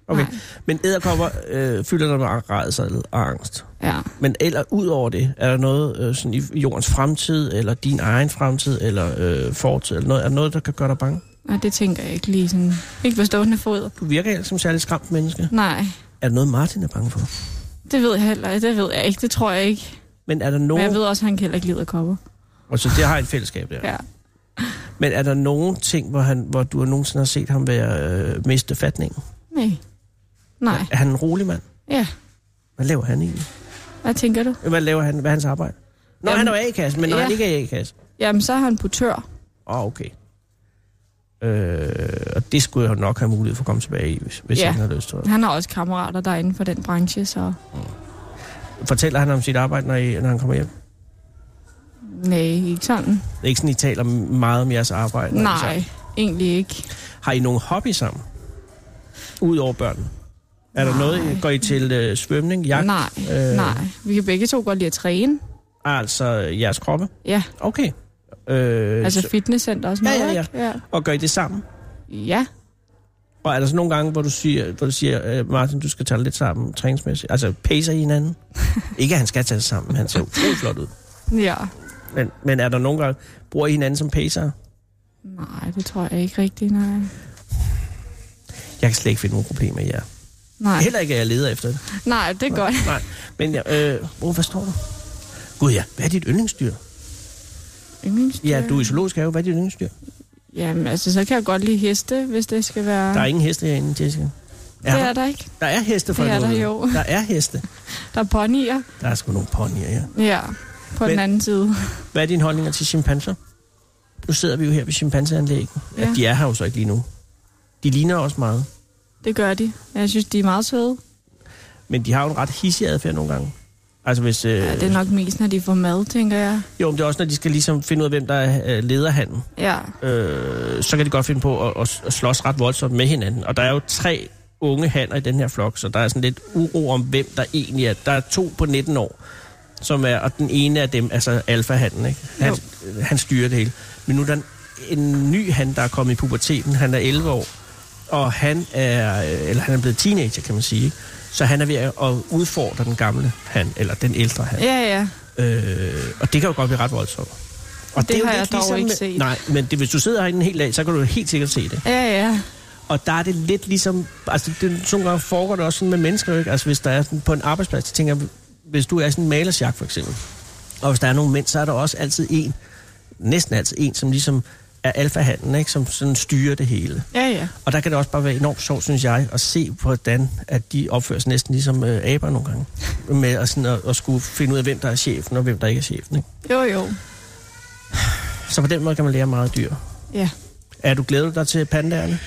[SPEAKER 2] Okay.
[SPEAKER 6] Nej.
[SPEAKER 2] Men æderkopper øh, fylder dig med rædsel og angst.
[SPEAKER 6] Ja.
[SPEAKER 2] Men eller ud over det, er der noget øh, sådan i jordens fremtid, eller din egen fremtid, eller øh, fortid, eller noget, er der noget, der kan gøre dig bange?
[SPEAKER 6] Nej, det tænker jeg ikke lige sådan. Ikke på stående fod.
[SPEAKER 2] Du virker ikke som særlig skræmt menneske.
[SPEAKER 6] Nej,
[SPEAKER 2] Er der noget, Martin er bange for?
[SPEAKER 6] det ved jeg heller ikke. Det ved jeg ikke. Det tror jeg ikke.
[SPEAKER 2] Men er der nogen...
[SPEAKER 6] Men jeg ved også, at han kan heller ikke lide at kopper.
[SPEAKER 2] Og så det har et fællesskab der.
[SPEAKER 6] Ja.
[SPEAKER 2] Men er der nogen ting, hvor, han, hvor du nogensinde har set ham være øh, miste fatningen?
[SPEAKER 6] Nej. Nej.
[SPEAKER 2] Er han en rolig mand?
[SPEAKER 6] Ja.
[SPEAKER 2] Hvad laver han egentlig?
[SPEAKER 6] Hvad tænker du?
[SPEAKER 2] Hvad laver han? Hvad er hans arbejde? Nå,
[SPEAKER 6] Jamen,
[SPEAKER 2] han er jo A-kasse, men når
[SPEAKER 6] ja.
[SPEAKER 2] han ikke er i A-kasse.
[SPEAKER 6] Jamen, så er han portør.
[SPEAKER 2] Åh, oh, okay. Øh, og det skulle jeg nok have mulighed for at komme tilbage i, hvis, hvis
[SPEAKER 6] Ja.
[SPEAKER 2] han har lyst til det.
[SPEAKER 6] Han har også kammerater, der er inden for den branche, så...
[SPEAKER 2] Fortæller han om sit arbejde, når, I, når han kommer hjem?
[SPEAKER 6] Nej, ikke sådan.
[SPEAKER 2] Det er ikke sådan, I taler meget om jeres arbejde? når I er
[SPEAKER 6] Nej,
[SPEAKER 2] sammen.
[SPEAKER 6] egentlig ikke.
[SPEAKER 2] Har I nogle hobby sammen? Udover børn? Er der noget, I- går I til øh, svømning, jagt?
[SPEAKER 6] Nej,
[SPEAKER 2] øh,
[SPEAKER 6] nej. Vi kan begge to godt lide at træne.
[SPEAKER 2] Altså øh, jeres kroppe?
[SPEAKER 6] Ja,
[SPEAKER 2] Okay. Øh,
[SPEAKER 6] altså
[SPEAKER 2] altså,
[SPEAKER 6] fitnesscenter og sådan
[SPEAKER 2] Ja,
[SPEAKER 6] noget,
[SPEAKER 2] ja,
[SPEAKER 6] ikke? Ja.
[SPEAKER 2] og gør I det sammen?
[SPEAKER 6] ja.
[SPEAKER 2] Og er der sådan nogle gange, hvor du siger, hvor du siger øh, Martin, du skal tage dig lidt sammen træningsmæssigt? Altså, pacer I hinanden? Ikke, at han skal tage sig sammen. Han ser utrolig flot ud.
[SPEAKER 6] Ja.
[SPEAKER 2] Men, men er der nogle gange, bruger I hinanden som pacer?
[SPEAKER 6] Nej, det tror jeg ikke rigtigt, nej.
[SPEAKER 2] Jeg kan slet ikke finde nogen problemer i jer.
[SPEAKER 6] Nej,
[SPEAKER 2] Heller ikke, at jeg leder efter det.
[SPEAKER 6] nej det er godt.
[SPEAKER 2] Nej, men jeg, øh, hvor, hvad står du? Gud ja, hvad er dit yndlingsdyr?
[SPEAKER 6] Yndlingsdyr?
[SPEAKER 2] Ja, du er i zoologisk have, hvad er dit yndlingsdyr?
[SPEAKER 6] Jamen, altså, så kan jeg godt lide heste, hvis det skal være...
[SPEAKER 2] Der er ingen heste herinde, Jessica. Er
[SPEAKER 6] det
[SPEAKER 2] der?
[SPEAKER 6] er der ikke.
[SPEAKER 2] der er heste for
[SPEAKER 6] Det er der
[SPEAKER 2] helvede.
[SPEAKER 6] jo.
[SPEAKER 2] Der er heste.
[SPEAKER 6] Der er ponyer.
[SPEAKER 2] Der er sgu nogle ponyer, ja.
[SPEAKER 6] Ja, på
[SPEAKER 2] Men-
[SPEAKER 6] den anden side.
[SPEAKER 2] Hvad er dine holdninger til chimpanser? Nu sidder vi jo her ved chimpanseanlægget. Ja. ja,
[SPEAKER 6] Ja.
[SPEAKER 2] de er her jo så ikke lige nu. De ligner også meget,
[SPEAKER 6] Det gør de. Jeg synes, de er meget søde.
[SPEAKER 2] men de har jo en ret hissig adfærd nogle gange. Altså hvis... Øh,
[SPEAKER 6] Ja, det er nok mest, når de får mad, tænker jeg.
[SPEAKER 2] Jo, men det er også, når de skal ligesom finde ud af, hvem der er øh, lederhanden.
[SPEAKER 6] Ja,
[SPEAKER 2] øh, så kan de godt finde på at, at, at slås ret voldsomt med hinanden. Og der er jo tre unge hanner i den her flok, så der er sådan lidt uro om, hvem der egentlig er. Der er to på 19 år, som er, og den ene af dem, altså alfahanden, ikke? Han, øh, han styrer det hele. Men nu er der en, en ny han, der er kommet i puberteten. Han er 11 år, og han er, øh, eller han er blevet teenager, kan man sige, ikke? Så han er ved at at udfordre den gamle han, eller den ældre han.
[SPEAKER 6] ja, ja.
[SPEAKER 2] Øh, og det kan jo godt blive ret voldsomt. Og
[SPEAKER 6] Det
[SPEAKER 2] er jo
[SPEAKER 6] har
[SPEAKER 2] lidt ligesom
[SPEAKER 6] jeg dog ikke
[SPEAKER 2] med,
[SPEAKER 6] set.
[SPEAKER 2] Nej, men det, hvis du sidder herinde en hel dag, så kan du helt sikkert se det.
[SPEAKER 6] Ja, ja.
[SPEAKER 2] Og der er det lidt ligesom... Altså, det, nogle gange foregår det også sådan med mennesker, ikke? Altså, hvis der er sådan, på en arbejdsplads, så tænker jeg, hvis du er i sådan en malersjak, for eksempel, og hvis der er nogle mænd, så er der også altid en, næsten altid en, som ligesom er alfahanden, ikke? Som sådan styrer det hele.
[SPEAKER 6] Ja, ja.
[SPEAKER 2] Og der kan det også bare være enormt sjovt, synes jeg, at se, hvordan at de opfører sig næsten ligesom øh, aber nogle gange. Med at, sådan, at, at skulle finde ud af, hvem der er chefen, og hvem der ikke er chefen. Ikke?
[SPEAKER 6] Jo, jo.
[SPEAKER 2] Så på den måde kan man lære meget af dyr.
[SPEAKER 6] Ja.
[SPEAKER 2] Er du glædet dig til pandaerne?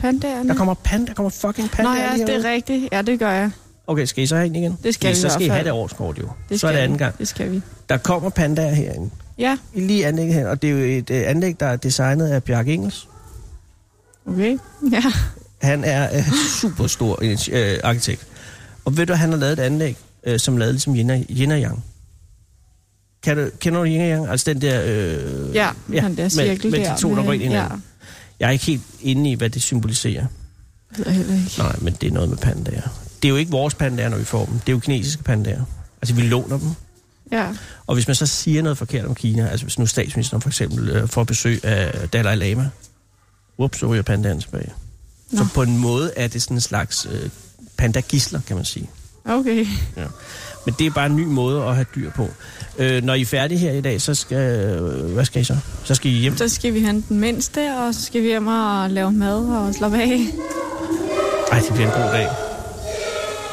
[SPEAKER 6] Pandaerne.
[SPEAKER 2] Der kommer panda, der kommer fucking
[SPEAKER 6] Mm. Nå
[SPEAKER 2] pandaer
[SPEAKER 6] ja,
[SPEAKER 2] lige
[SPEAKER 6] det
[SPEAKER 2] herude.
[SPEAKER 6] er rigtigt. Ja, det gør jeg.
[SPEAKER 2] Okay, skal I så have en igen?
[SPEAKER 6] Det skal
[SPEAKER 2] I,
[SPEAKER 6] vi i
[SPEAKER 2] Så
[SPEAKER 6] hvert
[SPEAKER 2] skal I
[SPEAKER 6] fald.
[SPEAKER 2] have det årskort jo.
[SPEAKER 6] Det
[SPEAKER 2] så er det
[SPEAKER 6] skal
[SPEAKER 2] anden
[SPEAKER 6] vi.
[SPEAKER 2] gang.
[SPEAKER 6] Det skal vi.
[SPEAKER 2] Der kommer pandaer herinde.
[SPEAKER 6] Ja,
[SPEAKER 2] I lige anlægget her, og det er jo et øh, anlæg, der er designet af Bjarke Engels.
[SPEAKER 6] okay. Ja.
[SPEAKER 2] Han er øh, super stor øh, arkitekt. Og ved du, han har lavet et anlæg, øh, som lavede ligesom Yin og, Yin og Yang. Kan du, kender du Yin og Yang? Altså den der... Øh,
[SPEAKER 6] Ja, den der cirkel
[SPEAKER 2] med, med
[SPEAKER 6] der
[SPEAKER 2] de to, der
[SPEAKER 6] med-
[SPEAKER 2] går ind i
[SPEAKER 6] ja.
[SPEAKER 2] hinanden. Jeg er ikke helt inde i, hvad det symboliserer.
[SPEAKER 6] Det ved jeg heller ikke.
[SPEAKER 2] Nej, men det er noget med pandaer. Det er jo ikke vores pandaer, når vi får dem. Det er jo kinesiske pandaer. Altså, vi låner dem.
[SPEAKER 6] Ja.
[SPEAKER 2] Og hvis man så siger noget forkert om Kina, altså hvis nu statsministeren for eksempel øh, får besøg af Dalai Lama, ups, så ryger pandaen tilbage. Nå.
[SPEAKER 6] Nå.
[SPEAKER 2] Så på en måde er det sådan en slags øh, pandagisler, kan man sige.
[SPEAKER 6] Okay.
[SPEAKER 2] Ja. Men det er bare en ny måde at have dyr på. Øh, når I er færdige her i dag, så skal... Øh, hvad skal I så? Så skal I hjem.
[SPEAKER 6] Så skal vi hente den mindste, og så skal vi hjem og lave mad og slappe af.
[SPEAKER 2] Ej, det bliver en god dag.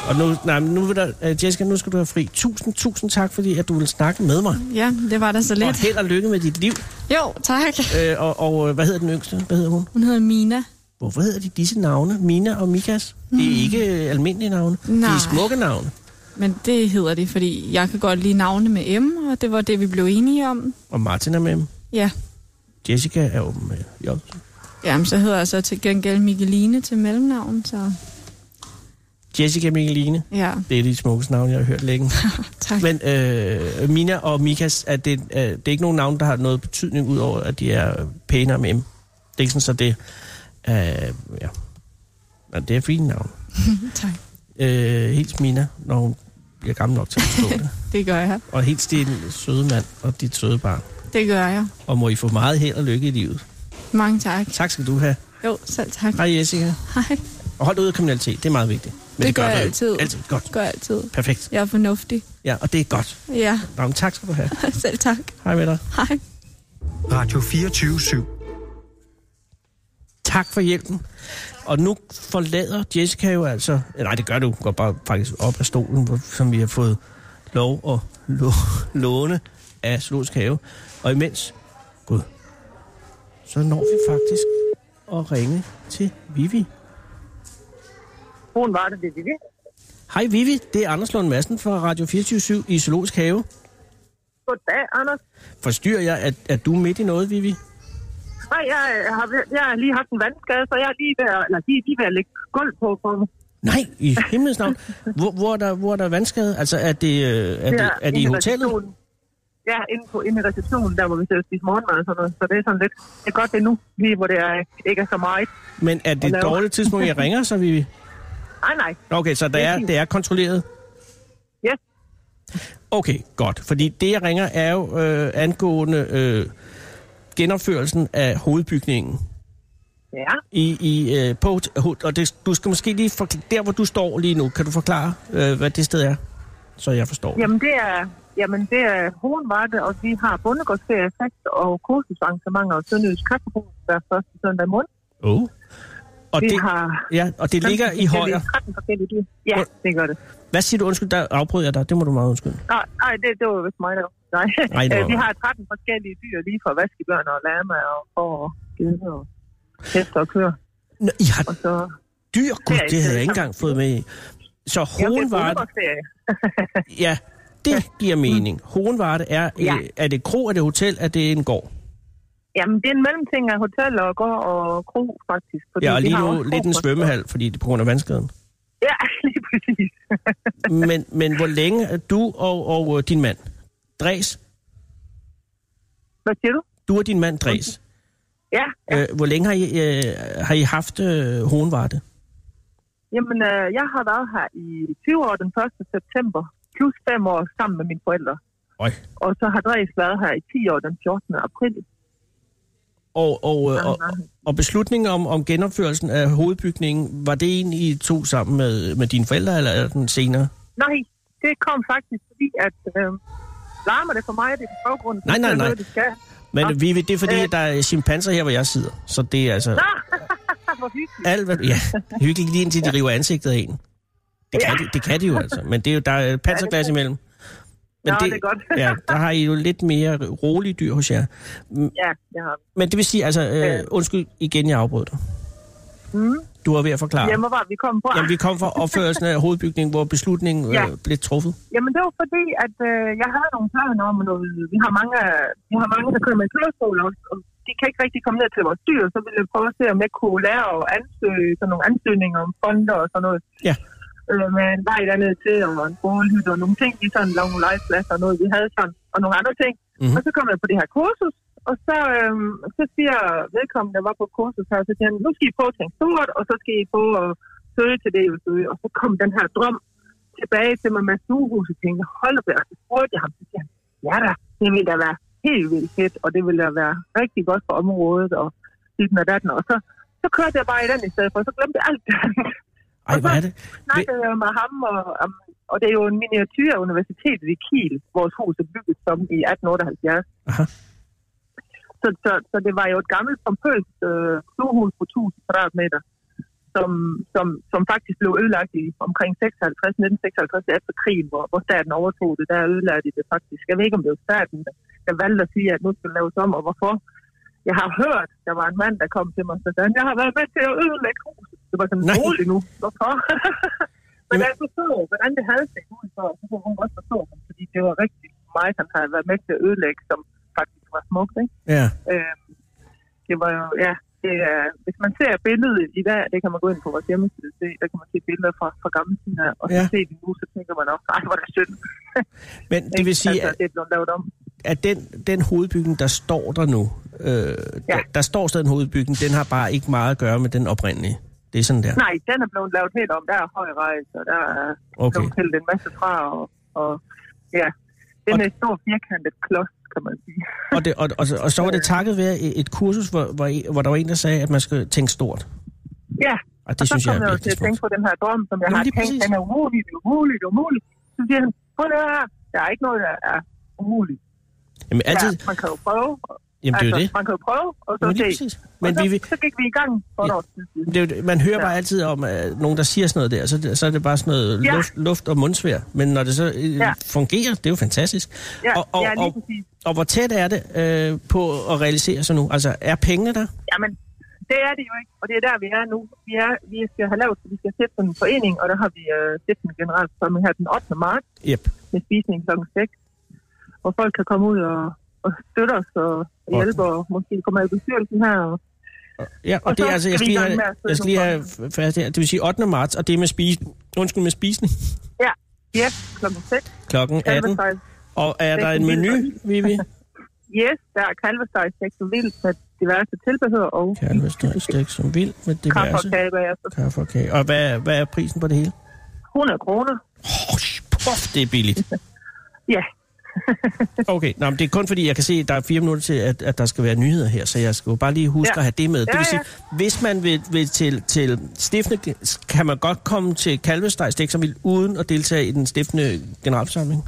[SPEAKER 2] Og nu, nej, men nu vil der, øh, Jessica, nu skal du have fri. Tusind, tusind tak, fordi at du vil snakke med mig.
[SPEAKER 6] Ja, det var da så
[SPEAKER 2] Og
[SPEAKER 6] lidt.
[SPEAKER 2] held og lykke med dit liv.
[SPEAKER 6] Jo, tak.
[SPEAKER 2] Øh, og, og øh, hvad hedder den yngste? Hvad hedder hun?
[SPEAKER 6] Hun hedder Mina.
[SPEAKER 2] Hvorfor hedder de disse navne? Mina og Mikas? Det er ikke øh, almindelige navne. Det
[SPEAKER 6] Mm. Nej.
[SPEAKER 2] er smukke navne.
[SPEAKER 6] Men det hedder det, fordi jeg kan godt lide navne med M, og det var det, vi blev enige om.
[SPEAKER 2] Og Martin er med dem.
[SPEAKER 6] Ja.
[SPEAKER 2] Jessica er åben med J.
[SPEAKER 6] Jamen, så hedder jeg så til gengæld Micheline til mellemnavn, så
[SPEAKER 2] Jessica Mikkeline.
[SPEAKER 6] ja,
[SPEAKER 2] Det er de smukkeste navne, jeg har hørt længe.
[SPEAKER 6] tak.
[SPEAKER 2] Men øh, Mina og Mikas, er det, øh, det er ikke nogen navn, der har noget betydning, udover at de er pænere med M. Det er ikke sådan, så det... Øh, ja. Men det er fine navn.
[SPEAKER 6] tak.
[SPEAKER 2] Øh, helt Mina, når hun bliver gammel nok til at forstå det.
[SPEAKER 6] Det gør jeg.
[SPEAKER 2] Og helt din søde mand og dit søde barn.
[SPEAKER 6] Det gør jeg.
[SPEAKER 2] Og må I få meget held og lykke i livet.
[SPEAKER 6] Mange tak.
[SPEAKER 2] Tak skal du have.
[SPEAKER 6] Jo, selv tak.
[SPEAKER 2] Hej Jessica.
[SPEAKER 6] Hej.
[SPEAKER 2] Og hold dig ud af kriminalitet, det er meget vigtigt.
[SPEAKER 6] Det gør
[SPEAKER 2] du
[SPEAKER 6] jeg
[SPEAKER 2] jo.
[SPEAKER 6] altid.
[SPEAKER 2] Altid, godt.
[SPEAKER 6] Gør altid.
[SPEAKER 2] Perfekt.
[SPEAKER 6] Jeg er fornuftig.
[SPEAKER 2] Ja, og det er godt.
[SPEAKER 6] Ja,
[SPEAKER 2] Nå, men tak skal du have.
[SPEAKER 6] selv tak.
[SPEAKER 2] Hej med dig.
[SPEAKER 6] Hej.
[SPEAKER 4] Radio 24
[SPEAKER 2] Tak for hjælpen. Og nu forlader Jessica jo altså... Nej, det gør du. Hun går bare faktisk op af stolen, hvor- som vi har fået lov at lå- låne af Zoologisk Have. Og imens... Gud. Så når vi faktisk at ringe til Vivi.
[SPEAKER 7] Hun var det, det er det.
[SPEAKER 2] Hej Vivi, det er Anders Lund Madsen fra Radio 24 i Zoologisk Have.
[SPEAKER 7] Goddag, Anders.
[SPEAKER 2] Forstyrrer jeg, at, at du er midt i noget, Vivi?
[SPEAKER 7] Nej, jeg, øh, har, jeg har lige haft en vandskade, så jeg er lige ved, at- eller de er lige ved at lægge gulv på for mig.
[SPEAKER 2] Nej, i himlens navn. Hvor, hvor, er der, hvor er der vandskade? Altså, er det, øh, er det, er det i
[SPEAKER 7] inde
[SPEAKER 2] hotellet?
[SPEAKER 7] receptionen. Ja, inde, på, inde i receptionen, der hvor vi sidder og spiser morgenmad og sådan noget. Så det er sådan lidt, det er godt det er nu, lige hvor det er, ikke er så meget.
[SPEAKER 2] Men er det et
[SPEAKER 7] laver.
[SPEAKER 2] dårligt tidspunkt, jeg ringer, så vi...
[SPEAKER 7] Nej, nej.
[SPEAKER 2] Nå, Okay, så det
[SPEAKER 7] Det er
[SPEAKER 2] er,
[SPEAKER 7] fint.
[SPEAKER 2] det er kontrolleret?
[SPEAKER 7] Yes.
[SPEAKER 2] Okay, godt. Fordi det, jeg ringer, er jo øh, angående øh, genopførelsen af hovedbygningen.
[SPEAKER 7] Ja,
[SPEAKER 2] I, i, øh, på, hot- og det, du skal måske lige... For, der, hvor du står lige nu, kan du forklare, øh, hvad det sted er? Så jeg forstår.
[SPEAKER 7] jamen det er... Jamen, det er hovedvarte, og vi har bundegårdsferie, fest og kursusarrangementer og sønderjysk kaffebord hver første søndag i måneden.
[SPEAKER 2] Oh. Og,
[SPEAKER 7] Vi
[SPEAKER 2] det,
[SPEAKER 7] har...
[SPEAKER 2] ja, og det ligger i
[SPEAKER 7] 15
[SPEAKER 2] højre.
[SPEAKER 7] forskellige- 13 forskellige dyr. Ja, det gør det.
[SPEAKER 2] Hvad siger du? Undskyld, der afbrød jeg dig. Det må du meget undskylde.
[SPEAKER 7] Nej, nej det, det var vist mig, der Nej.
[SPEAKER 2] Nej, det var
[SPEAKER 7] Øh, vi
[SPEAKER 2] mig.
[SPEAKER 7] har 13 forskellige dyr, lige fra vaskebjørn og lama og får og gede og hester og køer.
[SPEAKER 2] Nå, I har
[SPEAKER 7] Og så...
[SPEAKER 2] dyr? Gud,
[SPEAKER 7] Det er
[SPEAKER 2] det havde jeg
[SPEAKER 7] ikke
[SPEAKER 2] ikke engang fået med i. Så
[SPEAKER 7] Ja, det er
[SPEAKER 2] hovedvarte...
[SPEAKER 7] bondegårdsferie.
[SPEAKER 2] Ja, det giver mening. Hohenvarte er...
[SPEAKER 7] Mm. Ja.
[SPEAKER 2] Ja. Er det kro, er det hotel, er det en gård?
[SPEAKER 7] Jamen, det er en mellemting af hotel og gård og kro, faktisk. Fordi
[SPEAKER 2] Ja, og
[SPEAKER 7] vi
[SPEAKER 2] lige
[SPEAKER 7] har
[SPEAKER 2] nu
[SPEAKER 7] også
[SPEAKER 2] lidt en
[SPEAKER 7] kro-
[SPEAKER 2] svømmehal, fordi det er på grund af vandskaden.
[SPEAKER 7] Ja, lige præcis.
[SPEAKER 2] Men, men hvor længe er du og, og øh, din mand? Dræs?
[SPEAKER 7] Hvad siger du?
[SPEAKER 2] Du og din mand, Dræs.
[SPEAKER 7] Ja,
[SPEAKER 2] Øh, hvor længe har I, øh, har I haft øh, hohenvarte?
[SPEAKER 7] jamen, øh, jeg har været her i 20 år den 1. september, plus 5 år sammen med mine forældre.
[SPEAKER 2] Øj.
[SPEAKER 7] Og så har Dres været her i 10 år den 14. april.
[SPEAKER 2] Og, og, øh, og,
[SPEAKER 7] Aha.
[SPEAKER 2] og beslutningen om, om genopførelsen af hovedbygningen, var det en, I to sammen med, med dine forældre, eller er den senere?
[SPEAKER 7] Nej, det kom faktisk fordi, at øh, larmer det for mig, det er i baggrunden.
[SPEAKER 2] Nej, nej,
[SPEAKER 7] Det er
[SPEAKER 2] nej.
[SPEAKER 7] Noget, det skal.
[SPEAKER 2] Men
[SPEAKER 7] Nå.
[SPEAKER 2] vi, det er fordi,
[SPEAKER 7] Øh.
[SPEAKER 2] at der er chimpanser her, hvor jeg sidder. Så det er altså...
[SPEAKER 7] Ah, hvor hyggeligt.
[SPEAKER 2] Alt, hvad, ja, hyggeligt lige indtil de river ansigtet af en. Det kan, de, det kan de jo altså, men det er jo, der er panserglas imellem. Men
[SPEAKER 7] Nå, det er godt.
[SPEAKER 2] ja, der har I jo lidt mere rolige dyr hos jer.
[SPEAKER 7] Ja, det har vi.
[SPEAKER 2] Men det vil sige, altså, øh,
[SPEAKER 7] Ja.
[SPEAKER 2] undskyld igen, jeg afbrød dig.
[SPEAKER 7] Mm.
[SPEAKER 2] Du var ved at forklare.
[SPEAKER 7] Jamen, hvor var vi kommet fra?
[SPEAKER 2] Jamen, vi kom fra opførelsen af hovedbygningen, hvor beslutningen
[SPEAKER 7] Ja.
[SPEAKER 2] øh, blev truffet.
[SPEAKER 7] Jamen, det var fordi, at øh, jeg havde nogle planer om noget. Vi har mange, vi har mange der kører med kørestol også, og de kan ikke rigtig komme ned til vores dyr, så ville jeg prøve at se, om jeg kunne lære at ansøge sådan nogle ansøgninger om fonder og sådan noget.
[SPEAKER 2] Ja.
[SPEAKER 7] Øh, med en vej dernede til, og en bolighytte og nogle ting, vi sådan lavede nogle legepladser og noget, vi havde sådan, og nogle andre ting.
[SPEAKER 2] Mhm.
[SPEAKER 7] Mm-hmm. Og så kom jeg på det her kursus, og så, øh, så siger vedkommende, der var på kursus her, så siger han, nu skal I prøve at tænke stort, og så skal I prøve at søge til det, I vil søge. Og så kom den her drøm tilbage til mig med stuehuset, og tænkte, hold op, og så spurgte jeg ham, så siger han, ja da, det ville da være helt vildt fedt, og det ville da være rigtig godt for området, og dit og datten, og så, så kørte jeg bare i den i stedet for, og så glemte jeg alt det andet.
[SPEAKER 2] Ej,
[SPEAKER 7] Og
[SPEAKER 2] hvad
[SPEAKER 7] så
[SPEAKER 2] er det?
[SPEAKER 7] snakkede jeg med ham, og, om- og det er jo en miniatyr universitetet i Kiel, vores hus er bygget som i 1878.
[SPEAKER 2] Aha.
[SPEAKER 7] Så, så, så det var jo et gammelt, pompøst øh, stuehus på 1000 kvadratmeter, som, som, som faktisk blev ødelagt i omkring 56, 1956 efter krigen, hvor, hvor staten overtog det. Der ødelagde de det faktisk. Jeg ved ikke, om det var staten, der, der valgte at sige, at nu skal det laves om, og hvorfor. Jeg har hørt, der var en mand, der kom til mig og sagde, jeg har været med til at ødelægge huset. Det var sådan,
[SPEAKER 2] Nej.
[SPEAKER 7] rolig nu, hvorfor? Men
[SPEAKER 2] Jamen-
[SPEAKER 7] jeg forstod, hvordan det havde set ud, så så kunne hun også forstå ham, fordi det var rigtig meget, han havde været med til at ødelægge, som faktisk var smukt, ikke?
[SPEAKER 2] Ja.
[SPEAKER 7] Øh, Øhm, det var jo, ja, det er, hvis man ser billedet i dag, det kan man gå ind på vores hjemmeside og se, der kan man se billeder fra, fra gamle tider, og så
[SPEAKER 2] Ja.
[SPEAKER 7] ja. se det nu, så tænker man også, nej, hvor er det synd.
[SPEAKER 2] Men det
[SPEAKER 7] ikke?
[SPEAKER 2] vil sige,
[SPEAKER 7] altså,
[SPEAKER 2] at,
[SPEAKER 7] det er blevet lavet om.
[SPEAKER 2] at den, den hovedbygning, der står der nu, øh, der, der står stadig en hovedbygning, den har bare ikke meget at gøre med den oprindelige. Det er sådan der.
[SPEAKER 7] Nej, den er blevet lavet helt om. Der er høj rejse, og der er
[SPEAKER 2] Okay.
[SPEAKER 7] blevet pillet en masse fra, og, og ja, den
[SPEAKER 2] Og-
[SPEAKER 7] er en stor firkantet klods, kan man sige.
[SPEAKER 2] Og, det, og, og, og så
[SPEAKER 7] Øh.
[SPEAKER 2] var det takket være et et kursus, hvor, hvor, I- hvor der var en, der sagde, at man skal tænke stort.
[SPEAKER 7] Ja,
[SPEAKER 2] Og det
[SPEAKER 7] og så
[SPEAKER 2] synes jeg
[SPEAKER 7] kom
[SPEAKER 2] er
[SPEAKER 7] jeg jo til
[SPEAKER 2] virkelig
[SPEAKER 7] at tænke
[SPEAKER 2] smukt.
[SPEAKER 7] på den her drøm, som jeg
[SPEAKER 2] Jamen,
[SPEAKER 7] har
[SPEAKER 2] lige
[SPEAKER 7] tænkt,
[SPEAKER 2] præcis.
[SPEAKER 7] den er umulig, det er umulig, det er umulig. Så siger han, prøv lige at høre her, der er ikke noget, der er umuligt.
[SPEAKER 2] Jamen, altid,
[SPEAKER 7] Ja, man kan jo prøve,
[SPEAKER 2] jamen det er jo det.
[SPEAKER 7] Altså, man kan jo prøve, og så
[SPEAKER 2] Jamen, lige
[SPEAKER 7] se.
[SPEAKER 2] præcis.
[SPEAKER 7] Men
[SPEAKER 2] Men
[SPEAKER 7] og så,
[SPEAKER 2] vi,
[SPEAKER 7] vi...
[SPEAKER 2] vil-
[SPEAKER 7] så gik vi i gang for et
[SPEAKER 2] Ja.
[SPEAKER 7] år siden.
[SPEAKER 2] det, er jo det- man hører
[SPEAKER 7] Altså, Ja.
[SPEAKER 2] bare altid om at nogen, der siger sådan noget der, så, er det- så er det bare sådan noget
[SPEAKER 7] Ja.
[SPEAKER 2] luft, luft og mundsvær. Men når det så øh,
[SPEAKER 7] Ja.
[SPEAKER 2] fungerer, det er jo fantastisk.
[SPEAKER 7] Ja,
[SPEAKER 2] og, og,
[SPEAKER 7] ja, lige
[SPEAKER 2] og,
[SPEAKER 7] præcis.
[SPEAKER 2] og hvor tæt er det øh, på at realisere sig nu? Altså, er pengene der?
[SPEAKER 7] Jamen, det er det jo ikke, og det er der, vi er nu. Vi, er, vi skal have lavet, vi skal sætte en forening, og der har vi øh, sætte en generalforsamling her den 8. marts
[SPEAKER 2] Yep.
[SPEAKER 7] med spisning kl. 6, hvor folk kan komme ud og, og støtte os og hjælpe, og måske komme af i bestyrelsen her. Og,
[SPEAKER 2] Ja, og,
[SPEAKER 7] Og
[SPEAKER 2] det er
[SPEAKER 7] så
[SPEAKER 2] altså, jeg
[SPEAKER 7] skal
[SPEAKER 2] skal lige
[SPEAKER 7] vi i gang
[SPEAKER 2] have,
[SPEAKER 7] med
[SPEAKER 2] jeg
[SPEAKER 7] at sidde
[SPEAKER 2] skal lige
[SPEAKER 7] nogle
[SPEAKER 2] have fast her. Det vil sige 8. marts, og det er med spis, undskyld, med spisning
[SPEAKER 7] ja, ja, kl. 6.
[SPEAKER 2] klokken 18.
[SPEAKER 7] Kalvesteg.
[SPEAKER 2] Og er der en menu, Vivi?
[SPEAKER 7] Yes, der er kalvesteg, seks og vildt med diverse tilbehør og
[SPEAKER 2] Kalvestøj, stik som vild med
[SPEAKER 7] kaffe
[SPEAKER 2] diverse
[SPEAKER 7] og kage bagefter.
[SPEAKER 2] kaffe og kage. Og hvad, hvad er prisen på det hele?
[SPEAKER 7] 100 kroner.
[SPEAKER 2] Oh, puff, det er billigt.
[SPEAKER 7] Ja,
[SPEAKER 2] Okay, nå, men det er kun fordi, jeg kan se, at der er fire minutter til, at, at der skal være nyheder her, så jeg skal jo bare lige huske
[SPEAKER 7] Ja.
[SPEAKER 2] at have det med. Det
[SPEAKER 7] Ja,
[SPEAKER 2] vil sige,
[SPEAKER 7] ja.
[SPEAKER 2] hvis man vil, vil til, til stiftende, kan man godt komme til Kalvesteg Stik som vild, uden at deltage i den stiftende generalforsamling?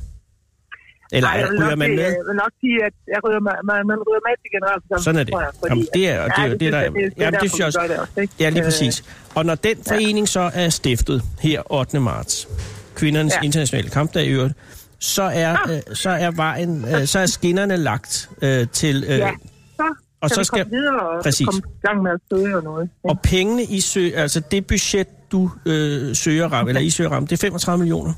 [SPEAKER 2] Eller
[SPEAKER 7] Ej, jeg
[SPEAKER 2] Ej,
[SPEAKER 7] vil
[SPEAKER 2] ryger
[SPEAKER 7] nok øh,
[SPEAKER 2] man
[SPEAKER 7] sige-
[SPEAKER 2] med?
[SPEAKER 7] Jeg vil nok sige, at jeg ryger, man, man, man ryger med til generalforsamlingen.
[SPEAKER 2] Sådan er det.
[SPEAKER 7] tror jeg, fordi-
[SPEAKER 2] Jamen, det er- og det er-
[SPEAKER 7] Ja,
[SPEAKER 2] det er der-
[SPEAKER 7] synes jeg-
[SPEAKER 2] jamen, det
[SPEAKER 7] derfor,
[SPEAKER 2] synes jeg
[SPEAKER 7] vi
[SPEAKER 2] også.
[SPEAKER 7] gør det også ikke?
[SPEAKER 2] Ja, lige
[SPEAKER 7] Øh,
[SPEAKER 2] præcis. Og når den forening så er stiftet her 8. marts, kvindernes ja.
[SPEAKER 7] Ja. Ah.
[SPEAKER 2] internationale kampdag i øvrigt, så er, øh, så er vejen, øh, så er skinnerne lagt øh, til, øh,
[SPEAKER 7] Ja,
[SPEAKER 2] ja.
[SPEAKER 7] så
[SPEAKER 2] og
[SPEAKER 7] kan
[SPEAKER 2] så
[SPEAKER 7] vi
[SPEAKER 2] skal-
[SPEAKER 7] komme videre og
[SPEAKER 2] Præcis.
[SPEAKER 7] komme i gang med at søge og noget. ikke?
[SPEAKER 2] og pengene i sø, altså det budget, du øh, søger ram, eller I søger ram, det er 35 millioner.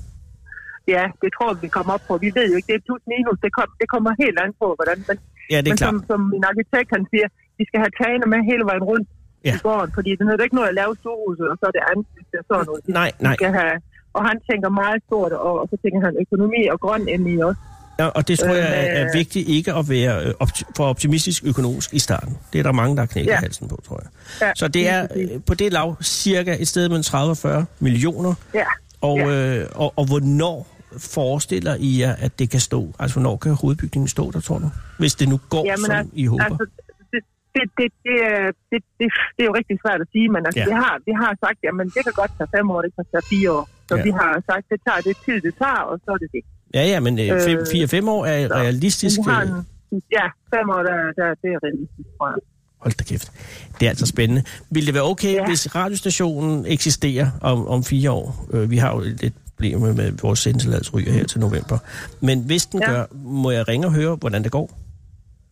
[SPEAKER 7] Ja, det tror vi, vi kommer op på. Vi ved jo ikke, det er plus minus. Det, kom, det kommer helt an på, hvordan. Men,
[SPEAKER 2] Ja, det er
[SPEAKER 7] men
[SPEAKER 2] klart.
[SPEAKER 7] som, som min arkitekt han siger, vi skal have tagene med hele vejen rundt
[SPEAKER 2] Ja.
[SPEAKER 7] ja. i gården, fordi det nytter ikke noget at lave stuehuset, og så er det andet, hvis det er sådan noget.
[SPEAKER 2] Nej, nej.
[SPEAKER 7] Skal have, og han tænker meget stort, og, og så tænker han økonomi og grøn ind i også.
[SPEAKER 2] Ja, og det tror
[SPEAKER 7] Øh,
[SPEAKER 2] jeg er, er
[SPEAKER 7] øh,
[SPEAKER 2] vigtigt ikke at være øh, opti- for optimistisk økonomisk i starten. Det er der mange, der har knækket ja.
[SPEAKER 7] Ja.
[SPEAKER 2] halsen på, tror jeg.
[SPEAKER 7] Ja,
[SPEAKER 2] Så det
[SPEAKER 7] lige
[SPEAKER 2] er
[SPEAKER 7] præcis.
[SPEAKER 2] øh, på det lav cirka et sted mellem 30-40 millioner.
[SPEAKER 7] Ja.
[SPEAKER 2] Og,
[SPEAKER 7] Ja.
[SPEAKER 2] øh, og, og hvornår forestiller I jer, at det kan stå? Altså, hvornår kan hovedbygningen stå der, tror du? Hvis det nu går, Jamen, som
[SPEAKER 7] altså-
[SPEAKER 2] I håber.
[SPEAKER 7] Altså, det, det, det, det, er- det, det, det er jo rigtig svært at sige, men altså,
[SPEAKER 2] Ja.
[SPEAKER 7] ja. vi, har, vi har sagt, at det kan godt tage fem år, det kan tage fire år. Så
[SPEAKER 2] Ja.
[SPEAKER 7] ja. vi har sagt, det tager det tid, det tager, og så er det det.
[SPEAKER 2] ja, ja, men 4-5 øh, fem,
[SPEAKER 7] øh,
[SPEAKER 2] fire, fem år er
[SPEAKER 7] så- Men
[SPEAKER 2] realistisk.
[SPEAKER 7] vi har
[SPEAKER 2] øh,
[SPEAKER 7] en, ja, fem år, der, der, det er realistisk, tror jeg.
[SPEAKER 2] Hold da kæft. Det er altså spændende. Vil det være okay, ja.
[SPEAKER 7] Ja.
[SPEAKER 2] hvis radiostationen eksisterer om, om fire år? Øh, vi har jo lidt problemer med vores sendtilladelse ryger her til november. Men hvis den ja.
[SPEAKER 7] Ja.
[SPEAKER 2] gør, må jeg ringe og høre, hvordan det går?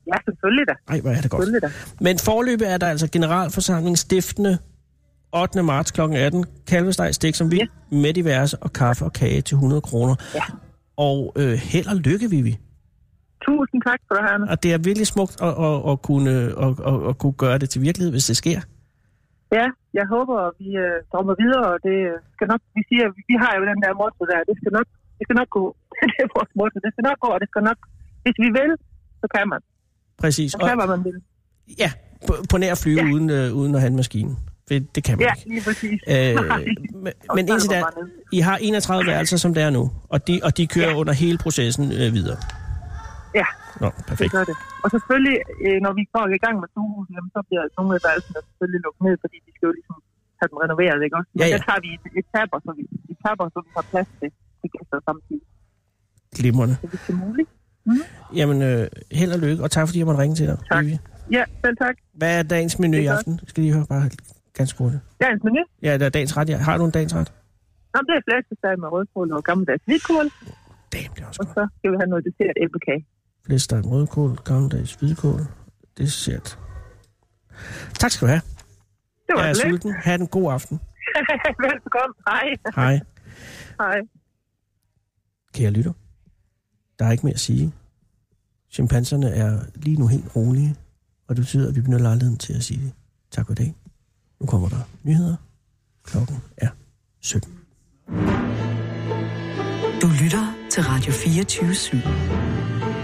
[SPEAKER 7] Ja, selvfølgelig da.
[SPEAKER 2] Ej, hvor er det godt.
[SPEAKER 7] Selvfølgelig da.
[SPEAKER 2] Men forløbet er der altså generalforsamling stiftende 8. marts kl. 18. Kalvesteg, stik som vi, ja. med diverse og kaffe og kage til 100 kroner.
[SPEAKER 7] Ja.
[SPEAKER 2] Og øh, held og lykke, Vivi.
[SPEAKER 7] Tusind tak for det her.
[SPEAKER 2] Og det er virkelig smukt at, at, at, kunne, øh, at, at, at kunne gøre det til virkelighed, hvis det sker.
[SPEAKER 7] Ja, jeg håber, at vi øh, drømmer videre, og det øh, skal nok, vi siger, vi, vi har jo den der motto der, det skal nok, det skal nok gå. det er vores motto, det skal nok gå, og det skal nok, hvis vi vil, så kan man.
[SPEAKER 2] Præcis.
[SPEAKER 7] Så
[SPEAKER 2] Og-
[SPEAKER 7] kan, hvad man vil.
[SPEAKER 2] Ja, på, på nær at flyve ja.
[SPEAKER 7] Ja.
[SPEAKER 2] uden, øh, uden at have en maskine. Det, det kan man
[SPEAKER 7] Ja,
[SPEAKER 2] ikke.
[SPEAKER 7] lige præcis.
[SPEAKER 2] Øh,
[SPEAKER 7] Nej.
[SPEAKER 2] men-
[SPEAKER 7] Og
[SPEAKER 2] men
[SPEAKER 7] så er
[SPEAKER 2] indtil
[SPEAKER 7] det
[SPEAKER 2] da,
[SPEAKER 7] bare ned.
[SPEAKER 2] I har 31 værelser, som det er nu, og de, og de kører ja. under hele processen øh, videre.
[SPEAKER 7] Ja,
[SPEAKER 2] Nå,
[SPEAKER 7] det
[SPEAKER 2] perfekt.
[SPEAKER 7] gør det. Og selvfølgelig, øh, når vi går i gang med stuehuset, jamen, så bliver nogle af værelserne selvfølgelig lukket ned, fordi vi skal jo ligesom have dem renoveret, ikke også? Men
[SPEAKER 2] Ja,
[SPEAKER 7] ja,
[SPEAKER 2] ja.
[SPEAKER 7] ja. der tager vi et- etaper, så vi, etaper, så vi har plads til, til gæster samtidig,
[SPEAKER 2] Glimrende.
[SPEAKER 7] så det er muligt.
[SPEAKER 2] Jamen, øh, held og lykke, og tak fordi jeg måtte ringe til dig.
[SPEAKER 7] Tak.
[SPEAKER 2] Vivi.
[SPEAKER 7] Ja, selv tak.
[SPEAKER 2] Hvad er dagens menu
[SPEAKER 7] Det
[SPEAKER 2] i
[SPEAKER 7] er godt.
[SPEAKER 2] aften? Skal lige høre bare ganske kort.
[SPEAKER 7] Dagens menu.
[SPEAKER 2] Ja, der er dagens ret. Ja. Har du en dagens ret?
[SPEAKER 7] Nå, det er flæskesteg med rødkål og gammeldags hvidkål,
[SPEAKER 2] Damn, det er også
[SPEAKER 7] og
[SPEAKER 2] godt.
[SPEAKER 7] så skal vi have noget dessert æblekage.
[SPEAKER 2] Flæsteg med rødkål, gammeldags hvidkål, dessert. Tak skal du have.
[SPEAKER 7] Det var
[SPEAKER 2] Jeg er
[SPEAKER 7] det.
[SPEAKER 2] sulten. Ha' en god aften.
[SPEAKER 7] Velkommen. Hej.
[SPEAKER 2] Hej.
[SPEAKER 7] Hej.
[SPEAKER 2] Kære lytter, der er ikke mere at sige. Chimpanserne er lige nu helt rolige, og det betyder, at vi benytter lejligheden til at sige det. Tak for det. Nu kommer der nyheder. Klokken er 17.
[SPEAKER 1] Du lytter til Radio 24 /7.